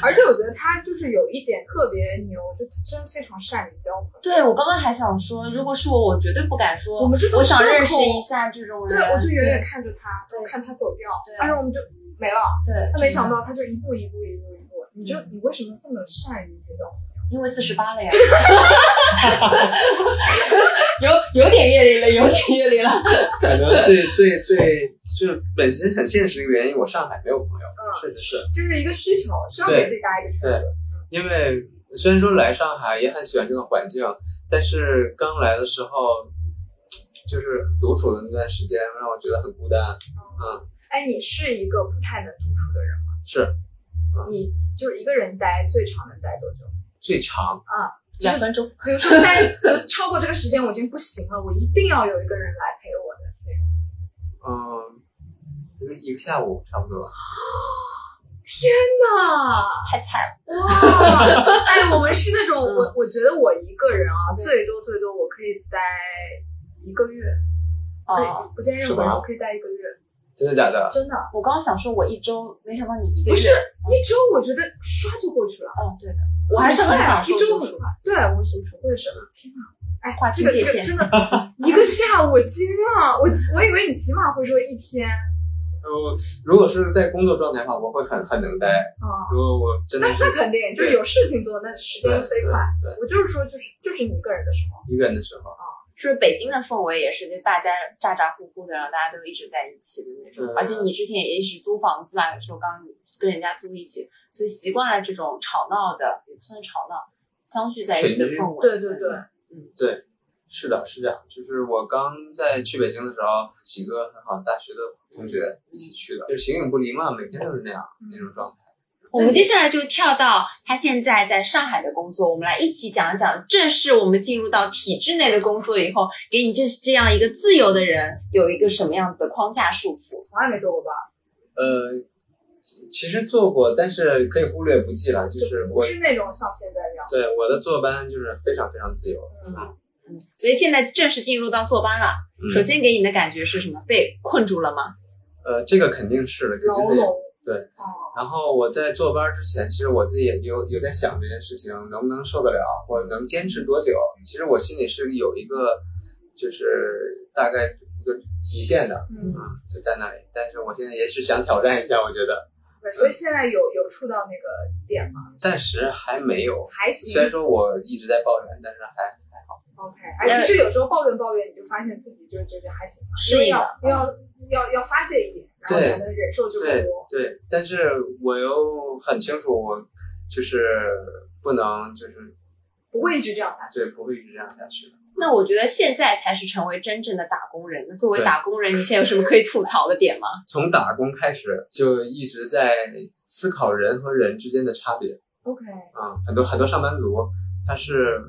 B: 而且我觉得他就是有一点特别牛，就他真的非常善于交朋友。
C: 对我刚刚还想说，如果是我，我绝对不敢说，
B: 我们这种
C: 我想
B: 社恐
C: 认识一下这种人，
B: 对，我就远远看着他，
C: 对
B: 我看他走掉
C: 对，
B: 但是我们就没了。
C: 对，对
B: 他没想，到，他就一步一步一步一步，你就
C: 嗯
B: 你为什么这么善于结交朋友？
C: 因为四十八了 呀，有有点阅历了，有点阅历了，
D: 可能是最最就是本身很现实的原因，我上海没有朋友，
B: 嗯，
D: 确实是
B: 这是一个需求，需要
D: 对
B: 给自己搭一个圈
D: 对
B: 子。
D: 因为虽然说来上海也很喜欢这个环境，但是刚来的时候，就是独处的那段时间让我觉得很孤单。
B: 哎，你是一个不太能独处的人吗？
D: 是
B: 你就是一个人待最长能待多久？
D: 最长
C: 两分钟，
B: 比如说现在超过这个时间我已经不行了，我一定要有一个人来陪我的那种。
D: 嗯，一个一个下午差不多。
B: 那
C: 太惨了，
B: 啊 哇，哎，我们是那种
C: 嗯
B: 我我觉得我一个人啊，
C: 对
B: 最多最多我可以待一个月，可
C: 哦。
B: 以哎不见任
D: 是
B: 何人，
D: 吗
B: 我可以待一个月，
D: 真的假的？
B: 真的。
C: 我刚刚想说，我一周，没想到你一个月，
B: 不是一周，我觉得唰就过去了。
C: 嗯，对的，我还是很享受
B: 一周
C: 独
B: 很
C: 处，
B: 快，对我是我也是，天哪！哎
C: 划，
B: 这
C: 清
B: 个
C: 界
B: 这个
C: 限
B: 真的，一个下午我惊了，我我以为你起码会说一天
D: 我如果是在工作状态的话，我会很很能待。
B: 啊，
D: 如果我真
B: 那
D: 的是
B: 那肯定就是有事情做，那时
D: 对
B: 间
D: 对
B: 飞快。
D: 对
B: 我就是说，就是就是你一个人的时候，
D: 一个人的时候，
C: 是不是北京的氛围也是，就大家咋咋呼呼的，然后大家都一直在一起的那种。
D: 嗯
C: 而且你之前也一直租房子嘛，说刚跟人家租一起，所以习惯了这种吵闹的，也不算吵闹，相聚在一起的氛围。
B: 对对对，
D: 对，是的，是这样。就是我刚在去北京的时候，几个很好的大学的同学一起去的，就形影不离嘛，每天都是那样那种状态。
C: 我们接下来就跳到他现在在上海的工作，我们来一起讲一讲，正是我们进入到体制内的工作以后，给你这这样一个自由的人有一个什么样子的框架束缚？
B: 从来没做过吧？
D: 呃，其其实做过，但是可以忽略不计了。就
B: 就是不
D: 我啊
B: 是那种像现在这样。
D: 对我的坐班就是非常非常自由。
C: 嗯，所以现在正式进入到坐班了。
D: 嗯
C: 首先给你的感觉是什么？被困住了吗？
D: 呃，这个肯定是的，肯
B: 牢
D: 定是。
B: 笼。
D: 对
B: 哦，
D: 然后我在坐班之前，其实我自己也有有在想这件事情能不能受得了，或者能坚持多久。其实我心里是有一个，就是大概一个极限的，
B: 嗯，
D: 嗯，就在那里。但是我现在也是想挑战一下，我觉得
B: 对，所以现在有有触到那个点吗？
D: 暂时还没有。
B: 还
D: 虽然
B: 行，
D: 说我一直在抱怨，但是还还好。
B: OK，哎，其实有时候抱怨抱怨，你就发现自己就觉得还行吧，
C: 呃适
B: 因为
C: 应
B: 要
C: 了嗯
B: 要要要发泄一点，然后
D: 对
B: 才能忍受这么
D: 对
B: 多。
D: 对，但是我又很清楚，我就是不能就是
B: 不会一直这样下去。
D: 对，不会一直这样下去的。
C: 那我觉得现在才是成为真正的打工人。那作为
D: 对
C: 打工人，你现在有什么可以吐槽的点吗？
D: 从打工开始就一直在思考人和人之间的差别
B: OK，
D: 啊、很多很多上班族他是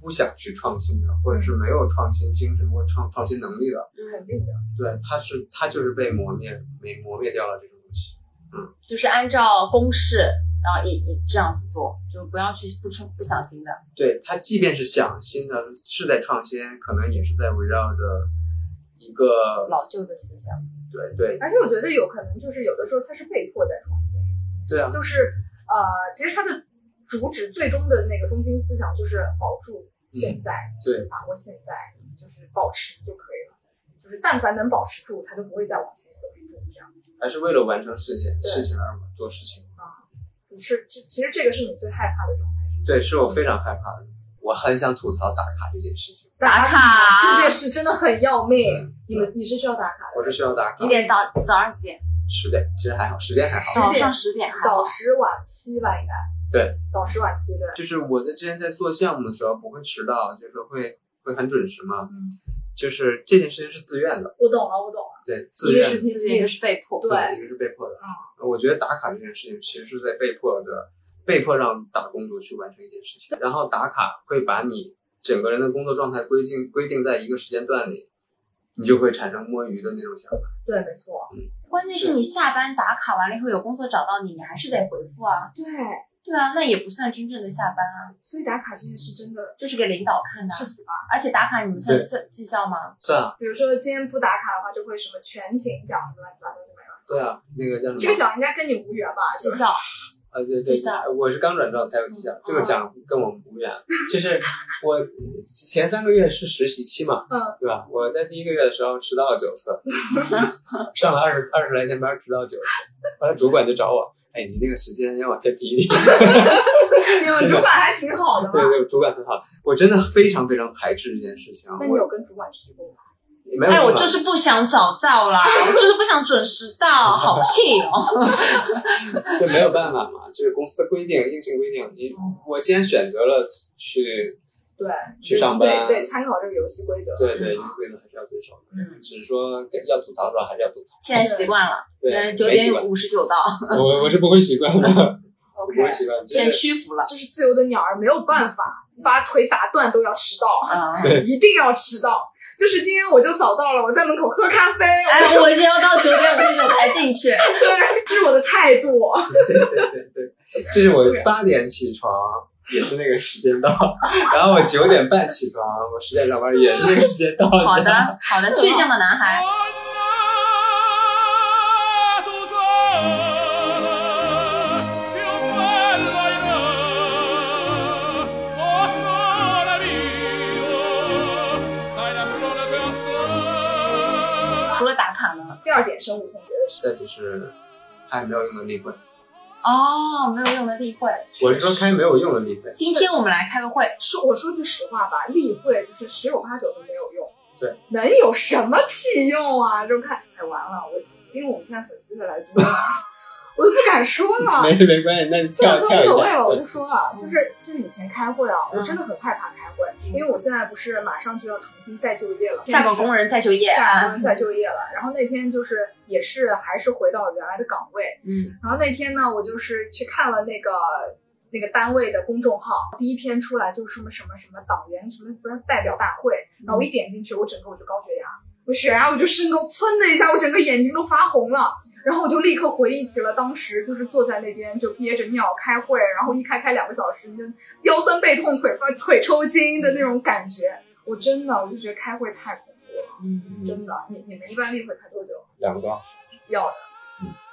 D: 不想去创新的，或者是没有创新精神或创创新能力的，
B: 肯定的。
D: 对，他是他就是被磨灭，被磨灭掉了这种东西。
C: 就是按照公式，然后一一这样子做，就不要去不出不小心的。
D: 对他，即便是想新的，是在创新，可能也是在围绕着一个
C: 老旧的思想，
D: 对对
B: 而且我觉得有可能就是有的时候它是被迫在创新，
D: 对啊，
B: 就是呃，其实它的主旨最终的那个中心思想就是保住
D: 嗯
B: 现在，就是把握现在，就是保持就可以了。就是但凡能保持住，它就不会再往前走一步这样。
D: 还是为了完成事情
B: 对
D: 事情而做事情。
B: 啊你是这其实这个是你最害怕的状态，是吗
D: 对，是我非常害怕的，我很想吐槽打卡这件事情。
B: 打
C: 卡
B: 这件事真的很要命
D: 嗯。
B: 你们你是需要打卡
D: 我是需要打卡，
C: 几点到早上几点？
D: 十点，其实还好，时间还好。
C: 早
B: 点
C: 上十点
B: 的，
C: 还好
B: 早。十晚七吧，应该
D: 对，
B: 早十晚七对。
D: 就是我在之前在做项目的时候不会迟到，就是说会会很准时嘛。
B: 嗯，
D: 就是这件事情是自愿的，
B: 我懂了，我懂了。
D: 对，自
C: 一个
D: 愿
C: 是
D: 的，
C: 自愿，一个是被迫。
B: 对
D: 一个是被迫的。我觉得打卡这件事情其实是在被迫的，被迫让打工族去完成一件事情。然后打卡会把你整个人的工作状态规定规定在一个时间段里，你就会产生摸鱼的那种想法。
B: 对，没错。
C: 关键是你下班打卡完了以后，有工作找到你，你还是得回复啊。
B: 对，
C: 对啊，那也不算真正的下班啊，
B: 所以打卡这件事真的
C: 就是给领导看
D: 嗯
C: 的啊
B: 是。死吧。
C: 而且打卡你们算
D: 对
C: 绩绩效吗？
D: 算啊，
B: 比如说今天不打卡的话，就会什么全勤奖乱七八糟就没了。
D: 对啊，那个叫什么？
B: 这个奖应该跟你无缘吧？
C: 绩
B: 就是
C: 效。
D: 啊，对对
C: 绩效，
D: 我是刚转正才有绩效，
C: 嗯
D: 这个
C: 哦
D: 奖跟我们无缘。就是我前三个月是实习期嘛，
B: 嗯，
D: 对吧？我在第一个月的时候迟到了九 次，上了二十二十来天班，迟到九次，完了主管就找我，哎，你那个时间要往前提一提。
C: 哦
B: 你们主管还挺好的
D: 对
B: 嘛。
D: 对，主管很好，我真的非常非常排斥这件事情。
B: 那你有
D: 我
B: 跟主管提过吗？
D: 没有
C: 哎，
D: 办
C: 我
D: 法
C: 就是不想早到啦，我就是不想准时到，好气哦。
D: 这没有办法嘛，就是公司的规定，硬性规定。你
C: 哦
D: 我既然选择了去，
B: 对，
D: 去上班
B: 对对，参考这个游戏规则。
D: 对对，规则还是要遵守的。
C: 嗯，
D: 只是说给要吐槽的时候还是要吐槽。
C: 现在习惯了，
D: 对，
C: 嗯，九
D: 没习
C: 点
D: 惯
C: 五十九到，
D: 我我是不会习惯的，不
B: OK，
D: 会习惯。
C: 现在
D: 就是嗯
C: 屈服了。
B: 就是自由的鸟儿没有办法，把腿打断都要迟到，
C: 嗯，
D: 对
B: 一定要迟到。就是今天我就早到了，我在门口喝咖 啡，
C: 哎，我就要到九点五十九才进去。
B: 对，这是我的态度。
D: 对对对对，就是我八点起床也是那个时间到， 然后我九点半起床，我十点上班也是那个时间到。
C: 好
D: 你知道吗
C: 的，好的，倔强的男孩。
E: 啊，独坐，有关来了，我说了你我，大家不用了两个。
C: 除了打卡呢？
B: 第二点，深恶痛绝的事，
D: 再就是开没有用的例会，
C: 哦，没有用的例会。
D: 我是说开没有用的例会。
C: 今天我们来开个会，
B: 说我说句实话吧，例会就是十有八九都没有用。
D: 对，
B: 能有什么屁用啊？就看，哎，完了，我因为我们现在粉丝越来越多， 我都不敢说了。
D: 没没关系，那你
B: 算了
D: 跳
B: 算了，
D: 跳
B: 无
D: 一
B: 所谓吧，我就说啊，
D: 下。
B: 就是就是以前开会啊，
C: 嗯
B: 我真的很害怕开会，
D: 嗯
B: 因为我现在不是马上就要重新再就业了，
C: 下岗工人再就业。啊
B: 下岗工人再就业了。然后那天就是也是还是回到原来的岗位，
C: 嗯，
B: 然后那天呢，我就是去看了那个那个单位的公众号，第一篇出来就是什么什么什么党员什么不是代表大会，然后我一点进去，我整个我就高血压，我血压我就升高，噌的一下，我整个眼睛都发红了。然后我就立刻回忆起了当时就是坐在那边就憋着尿开会，然后一开开两个小时，就腰酸背痛、腿发腿抽筋的那种感觉。我真的，我就觉得开会太恐怖了，
C: 嗯嗯，
B: 真的。你你们一般例会开多久？
D: 两个多小时
B: 要的。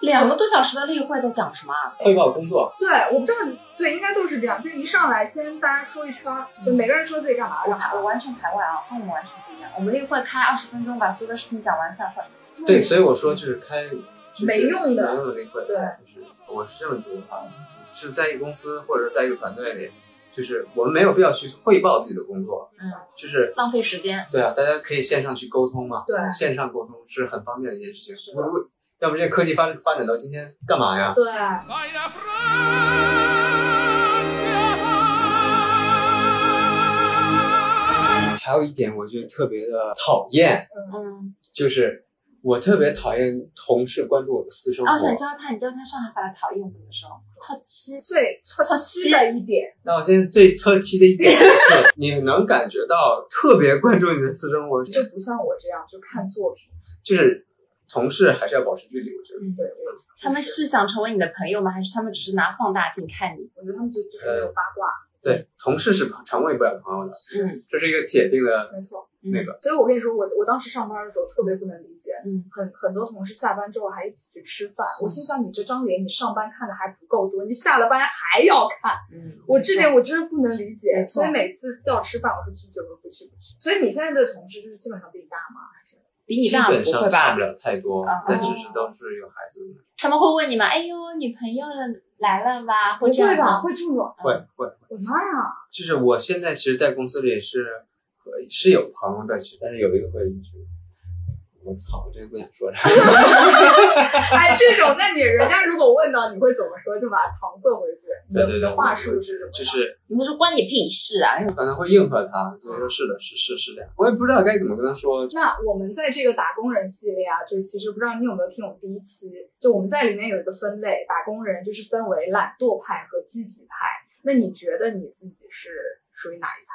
C: 两个多小时的例会在讲什么啊？
D: 汇报工作，
B: 对，我不知道，对，应该都是这样，就一上来先大家说一圈儿，就每个人说自己干嘛，
C: 我
B: 然
C: 排
B: 后
C: 我完全排外啊，跟我们完全不一样。我们例会开二十分钟，把所有的事情讲完散会。
D: 对，所以我说就是开就是
B: 没用的
D: 没用的例会，
B: 对，
D: 就是我是这么觉得啊，是在一个公司或者在一个团队里，就是我们没有必要去汇报自己的工作，
C: 嗯，
D: 就是
C: 浪费时间。
D: 对啊，大家可以线上去沟通嘛，
B: 对
D: 线上沟通是很方便的一件事情。我我要不这科技发发展到今天干嘛呀？
B: 对，
E: Vai la Francia!
D: 还有一点我觉得特别的讨厌，
C: 嗯，
D: 就是我特别讨厌同事关注我的私生活。
C: 啊，我想知道他，你知道他上海话讨厌怎么说？错七。
B: 最戳心的一点，
D: 那我现在最错期的一点就是，你能感觉到特别关注你的私生活，
B: 就不像我这样就看作品，
D: 就是同事还是要保持距离，我觉得。
C: 嗯，
B: 对，我
C: 他们是想成为你的朋友吗？还是他们只是拿放大镜看你？
B: 我觉得他们就就是那种八卦，
D: 对，同事是成为不了朋友的，
C: 嗯，
D: 这是一个铁定的
B: 没错。
D: 那个。
B: 所以我跟你说，我我当时上班的时候特别不能理解，
C: 嗯，
B: 很很多同事下班之后还一起去吃饭，我心想你这张脸，你上班看的还不够多，你下了班还要看，
C: 嗯，
B: 我这点我真是不能理
C: 没
B: 解。
C: 错
B: 所以每次叫吃饭，我说拒绝，我说不去不去。所以你现在的同事就是基本上比你大吗？还是
C: 比你
D: 基
C: 大
D: 本
C: 不
D: 上
C: 会
D: 差
C: 吧
D: 不？了太多
C: 啊，
D: 但只是都是有孩子的，
C: 他们会问你吗？哎呦，女朋友来了吧？会
B: 不
C: 这样
B: 会吧？
C: 吗？
B: 会这种？
D: 会会。
B: 我的妈呀！
D: 就是我现在其实，在公司里是呃是有朋友的，其实但是有一个会一直，我操，我真不想说啥。
B: 哎，这种，那你人家如果问到，你会怎么说？就把搪塞回去。你
D: 对
B: 的
D: 对
B: 你
D: 对，
B: 的话术是什么？
D: 就是
C: 你会说关你屁事啊？
D: 可能会应和他，就是说是的，是是是这样。我也不知道该怎么跟他说，
B: 那我们在这个打工人系列啊，就是其实不知道你有没有听我们第一期，就我们在里面有一个分类，打工人就是分为懒惰派和积极派。那你觉得你自己是属于哪一派？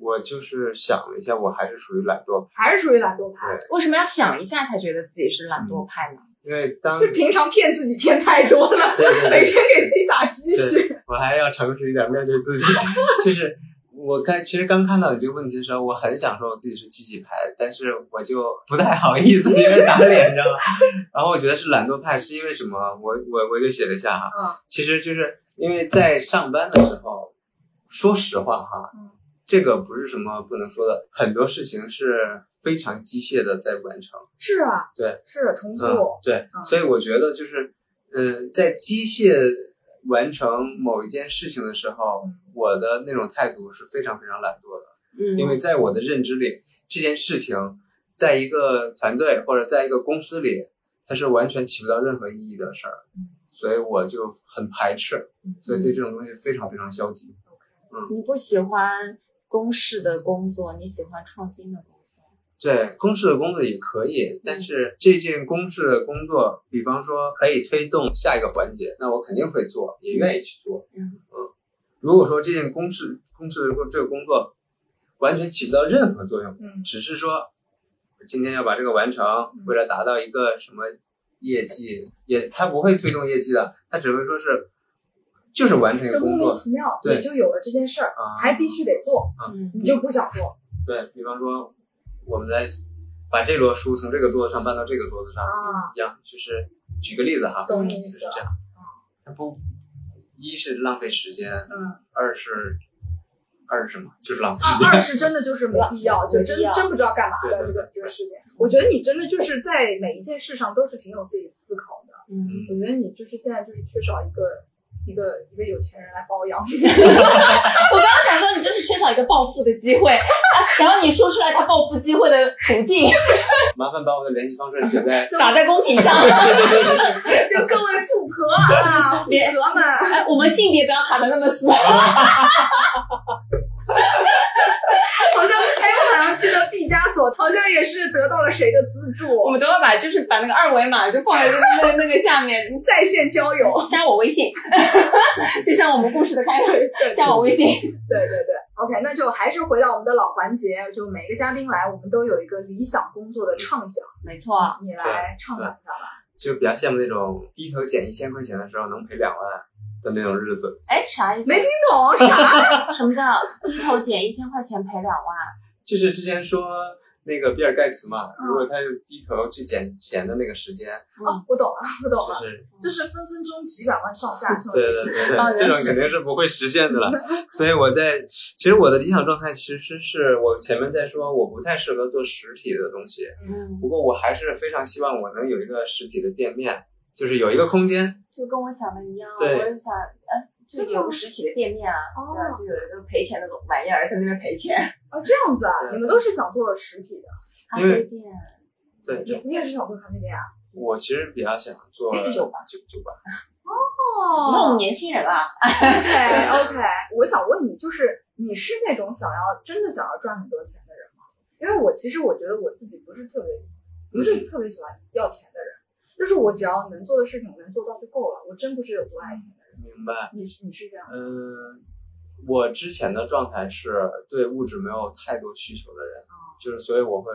D: 我就是想了一下，我还是属于懒惰派，
B: 还是属于懒惰派？
C: 为什么要想一下才觉得自己是懒惰派呢？
D: 因为当
B: 就平常骗自己骗太多了，
D: 对对对
B: 每天给自己打鸡血。
D: 我还要诚实一点面对自己。 就是我刚其实刚看到你这个问题的时候，我很想说我自己是积极派，但是我就不太好意思，因为打脸，你知道吗？然后我觉得是懒惰派，是因为什么？我我我就写了一下哈，
B: 嗯
D: 其实就是因为在上班的时候，说实话哈，
B: 嗯
D: 这个不是什么不能说的，很多事情是非常机械的在完成。
B: 是啊，
D: 对，
B: 是重复。
D: 嗯、对，
B: 嗯
D: 所以我觉得就是，嗯，在机械完成某一件事情的时候
B: 嗯，
D: 我的那种态度是非常非常懒惰的，
C: 嗯
D: 因为在我的认知里，这件事情在一个团队或者在一个公司里，它是完全起不到任何意义的事儿
B: 嗯，
D: 所以我就很排斥，
B: 嗯
D: 所以对这种东西非常非常消极。
C: 你不喜欢公式的工作，你喜欢创新的工作。
D: 对公式的工作也可以，但是这件公式的工作，比方说可以推动下一个环节，那我肯定会做，也愿意去做。
C: 嗯
D: 如果说这件公式公式或这个工作完全起不到任何作用，
B: 嗯
D: 只是说今天要把这个完成，为了达到一个什么业绩，也它不会推动业绩的，它只会说是就是完成一个
B: 就莫
D: 工
B: 名
D: 作
B: 其妙
D: 对
B: 你就有了这件事儿，
D: 啊，
B: 还必须得做，
C: 嗯
B: 你就不想做
D: 对比方说我们来把这摞书从这个桌子上搬到这个桌子上。
B: 啊？
D: 一样，就是举个例子哈，
B: 懂你意
D: 就是
B: 思了
D: 这样。它不，一是浪费时间，
B: 嗯，啊
D: 二是二是什么？就是浪费时
B: 二
D: 间。
B: 二是真的就是没必要，就
C: 没
B: 真
C: 必要
B: 真不知道干嘛的
D: 对
B: 这个这个事情。我觉得你真的就是在每一件事上都是挺有自己思考的。
C: 嗯，
B: 我觉得你就是现在就是缺少一个一个一个有钱人来包养。
C: 我想说你就是缺少一个暴富的机会，啊然后你说出来他暴富机会的途径，
D: 麻烦把我的联系方式写在
B: 就
C: 打在公 屏上。
B: 就各位富婆 啊，富
C: 别
B: 婆们，
C: 哎，我们性别不要卡的那么死。
B: 好像哎，我好像记得毕加索好像也是得到了谁的资助，
C: 我们等会把就是把那个二维码就放在那个那个下面，
B: 在线交友。
C: 加我微信， 就像我们故事的开头，加我微信。
B: 对对对，OK，那就还是回到我们的老环节，就每个嘉宾来，我们都有一个理想工作的畅想，
C: 没错，
B: 你来畅想一下吧。
D: 就比较羡慕那种低头捡一千块钱的时候能赔两万的那种日子，
C: 哎，啥意思？
B: 没听懂啥？
C: 什么叫低头捡一千块钱赔两万？
D: 就是之前说。那个比尔盖茨
B: 嗯
D: 嘛，如果他就低头去捡钱的那个时间，
B: 哦，我懂了，我懂
D: 就
B: 了，
D: 是
B: 就是分分钟几百万上下这种
D: 对
B: 意
D: 对
B: 思。
D: 对
C: 哦
D: 对，这
C: 原来
D: 种
C: 是
D: 肯定是不会实 现的了。所以我在，其实我的理想状态其实是我前面在说我不太适合做实体的东西，
C: 嗯，
D: 不过我还是非常希望我能有一个实体的店面，就是有一个空间。
C: 就跟我想的一样，
D: 对
C: 我就想，哎，就有个实体的店面啊，
B: 哦
C: 对啊，就有一个赔钱的玩意儿在那边赔钱，
B: 哦，这样子啊，
D: 对
B: 你们都是想做实体的，
C: 咖
D: 因
C: 啡
D: 为
C: 店、
D: 对，
B: 你你也是想做咖啡店啊？
D: 我其实比较想做
C: 哎酒吧
D: 酒酒吧，
B: 哦
C: 你看我们年轻人啊，
B: OK OK，我想问你，就是你是那种想要真的想要赚很多钱的人吗？因为我其实我觉得我自己不是特别，不
C: 嗯
B: 是特别喜欢要钱的人，就是我只要能做的事情我能做到就够了，我真不是有多爱钱的人。
D: 明白。
B: 你是你是这样的，
D: 嗯，我之前的状态是对物质没有太多需求的人，
B: 哦
D: 就是所以我会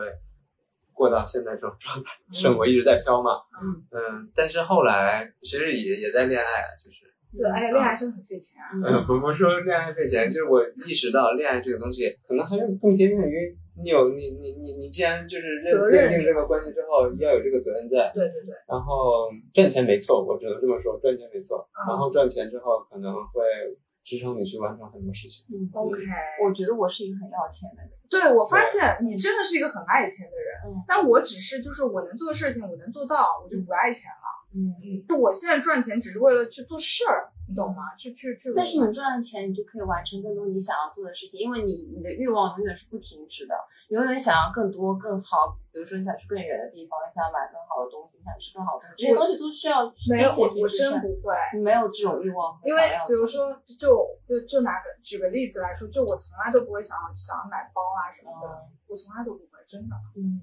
D: 过到现在这种状态，
B: 嗯
D: 生活一直在飘嘛。
C: 嗯
D: 嗯，但是后来其实也也在恋爱啊，就是
B: 对，哎呀，恋爱真的很费钱啊。
D: 嗯，不不说恋爱费钱，就是我意识到恋爱这个东西可能还是更贴近于你有你你你你既然就是
B: 责
D: 认
B: 任嗯
D: 认定这个关系之后，要有这个责任在。
B: 对对
C: 嗯
B: 对，
D: 然后赚钱没错，我只能这么说，赚钱没错。
B: 嗯
D: 然后赚钱之后可能会支撑你去完成很多事情。
C: 嗯
B: OK，
C: 我觉得我是一个很要钱的人，
B: 对我发现你真的是一个很爱钱的人，
C: 嗯
B: 但我只是就是我能做的事情我能做到，我就不爱钱了。
C: 嗯，
B: 就我现在赚钱只是为了去做事儿，你懂吗？去去去。
C: 但是你赚了钱，你就可以完成更多你想要做的事情，因为你你的欲望永远是不停止的，你永远想要更多更好，比如说你想去更远的地方，你想买更好的东西，你想吃更好的东西，这些东西都需要金
B: 没有，
C: 钱
B: 我
C: 去
B: 我
C: 支
B: 真
C: 撑
B: 不会。
C: 你没有这种欲望，
B: 因为比如，说，就就就拿个举个例子来说，就我从来都不会想要想要买包啊什么
C: 哦
B: 的，我从来都不会，真的。
C: 嗯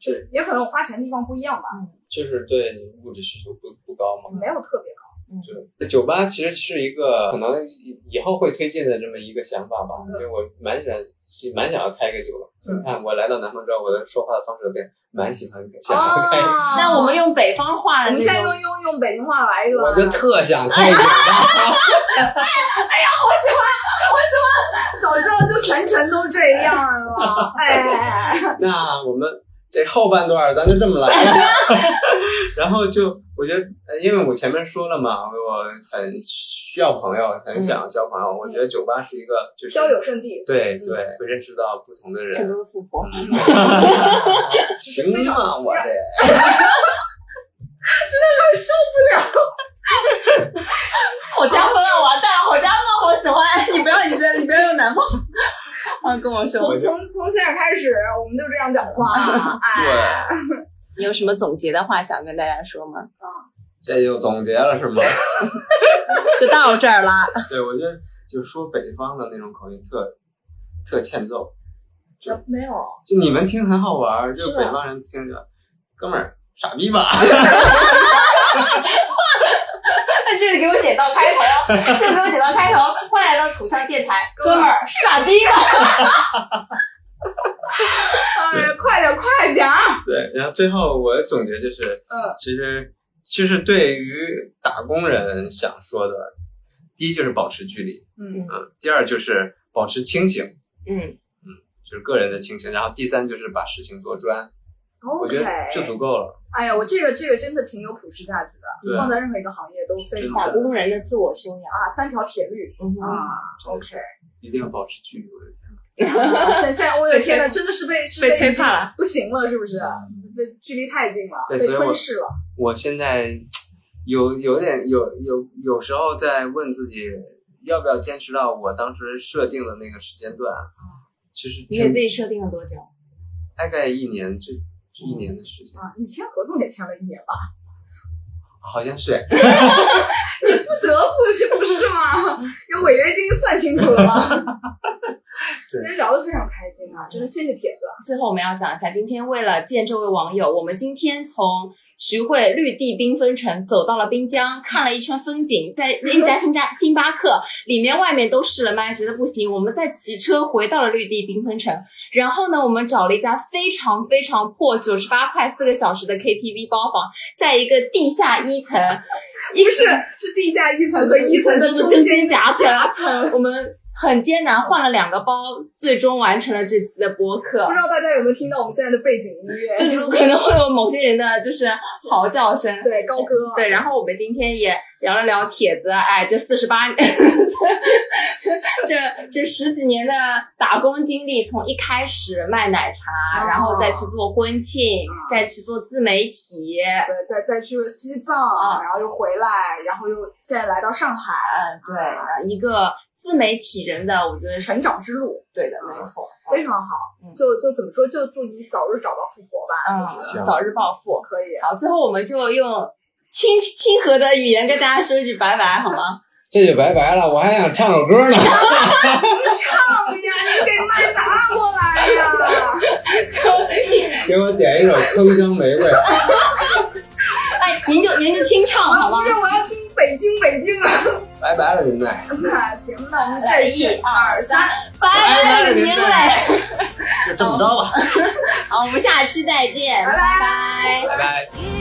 D: 就
B: 也可能我花钱的地方不一样吧，
C: 嗯
D: 就是对物质需求不不高嘛。
B: 没有特别高。
C: 嗯，
D: 就酒吧其实是一个可能以以后会推进的这么一个想法吧，
B: 嗯
D: 因为我蛮喜欢是蛮想要开一个酒吧。
B: 嗯
D: 你看我来到南方之后，我的说话的方式都变，蛮喜欢想
B: 哦
D: 要开，
B: 哎
C: 那我们用北方话
B: 我
C: 的
B: 们
C: 那
B: 现在
C: 种，
B: 用用用北京话来一个，
D: 我就特想开酒吧。
B: 早知道就全程都这样 了，哎，
D: 那我们这后半段咱就这么来了， 然后就我觉得，呃因为我前面说了嘛，我很需要朋友，很想要交朋友。我觉得酒吧是一个就是
B: 嗯交友 圣地，
D: 对对，会认识到不同的人
C: 更， 多的富婆，
D: 行啊，我这。
C: 好加分啊，完蛋，好加分，好喜欢， 你不要你在，你不要用南方，啊，跟我说
B: 从从从现在开始，我们就这样讲话， 哎，
D: 对，
C: 你有什么总结的话想跟大家说吗？
D: 这就总结了是 吗？
C: 就到这儿啦。
D: 对，我觉得就说北方的那种口音特特欠揍，
B: 呃没有，
D: 就你们听很好玩儿，就是是
B: 吧
D: 北方人听着，哥们儿傻逼吧，
C: 这里给我剪到开头，这里给我剪到开头，欢迎来到土象电台，哥们儿傻逼啊吧！
B: 哎，快点快点儿，
D: 对，然后最后我的总结就是，
B: 嗯，
D: 其实就是对于打工人想说的，第一就是保持距离，
B: 嗯，
D: 嗯，第二就是保持清醒，
C: 嗯，
D: 就是个人的清醒，然后第三就是把事情做专，我觉
B: OK，
D: 得这足够了。
B: 哎呀，我这个这个真的挺有普世价值的，
D: 对啊
B: 放在任何一个行业都非
D: 真
B: 常
C: 打
D: 的
C: 工人的自我修养。
B: 啊，三条铁律
C: 嗯
B: 啊
D: 真的
B: ，OK
D: 是。一定要保持距离，我的天哪！
B: 啊现现在我的天呐，
C: 被
B: 真的是被是
C: 被催怕了，嗯
B: 不行了，是不是？被距离太近了，
D: 对
B: 被
D: 所以我
B: 吞噬了。
D: 我现在有有点有有有时候在问自己，要不要坚持到我当时设定的那个时间段？啊其实
C: 你给
D: 挺
C: 自己设定了多久？
B: 啊
D: 大概一年，这这一年的时间，
B: 啊，你签合同也签了一年吧？
D: 好像是哎
B: 不得不是不是吗？有违约金算清楚了吗？今
D: 对
B: 天聊得非常开心啊，真的谢谢铁子。
C: 最后我们要讲一下，今天为了见这位网友，我们今天从徐汇绿地缤纷城走到了滨江，看了一圈风景，在 一家新家星巴克里面外面都试了麦，觉得不行，我们再骑车回到了绿地缤纷城。然后呢，我们找了一家非常非常破，九十八块四个小时的 KTV 包房，在一个地下一层，一
B: 不
C: 个
B: 是，是地下一层和一层的中
C: 中
B: 间
C: 夹层。
B: 层。
C: 我们很艰难换了两个包，最终完成了这期的播客
B: 不。知道大家有没有听到我们现在的背景音乐？
C: 就是可能会有某些人的就是嚎叫声。
B: 对高歌，啊
C: 对，然后我们今天也聊了聊帖子，哎，这四十八，
F: 这这十几年的打工经历，从一开始卖奶茶，
B: 哦
F: 然后再去做婚庆，再去做自媒体，
B: 再再再去了西藏，
F: 啊
B: 然后又回来，然后又现在来到上海，
F: 嗯，
C: 对，呃一个自媒体人的，我觉得
B: 哦成长之路
C: 对的，没错，
B: 非常好。
C: 嗯
B: 就就怎么说，就祝你早日找到富婆吧，
C: 嗯
D: 行，
C: 早日暴富。
B: 可以。
C: 好，最后我们就用亲亲和的语言跟大家说一句拜拜，好 吗？
D: 这就拜拜了，我还想唱首歌呢。
B: 唱呀，你给麦拿过来呀！
D: 给我点一首《铿锵玫瑰》。
C: 哎，您就您就清唱
B: 我
C: 好
B: 要
C: 吗
B: 啊不？是我要听北京北京啊！
D: 拜拜了，您嘞。
B: 那行，那您这
C: 一二三，拜
D: 拜了
C: 拜，
D: 您
C: 您嘞！
D: 就这么着吧，
C: 好，我们下期再见，
B: 拜拜
C: 拜拜
D: 拜拜。
G: You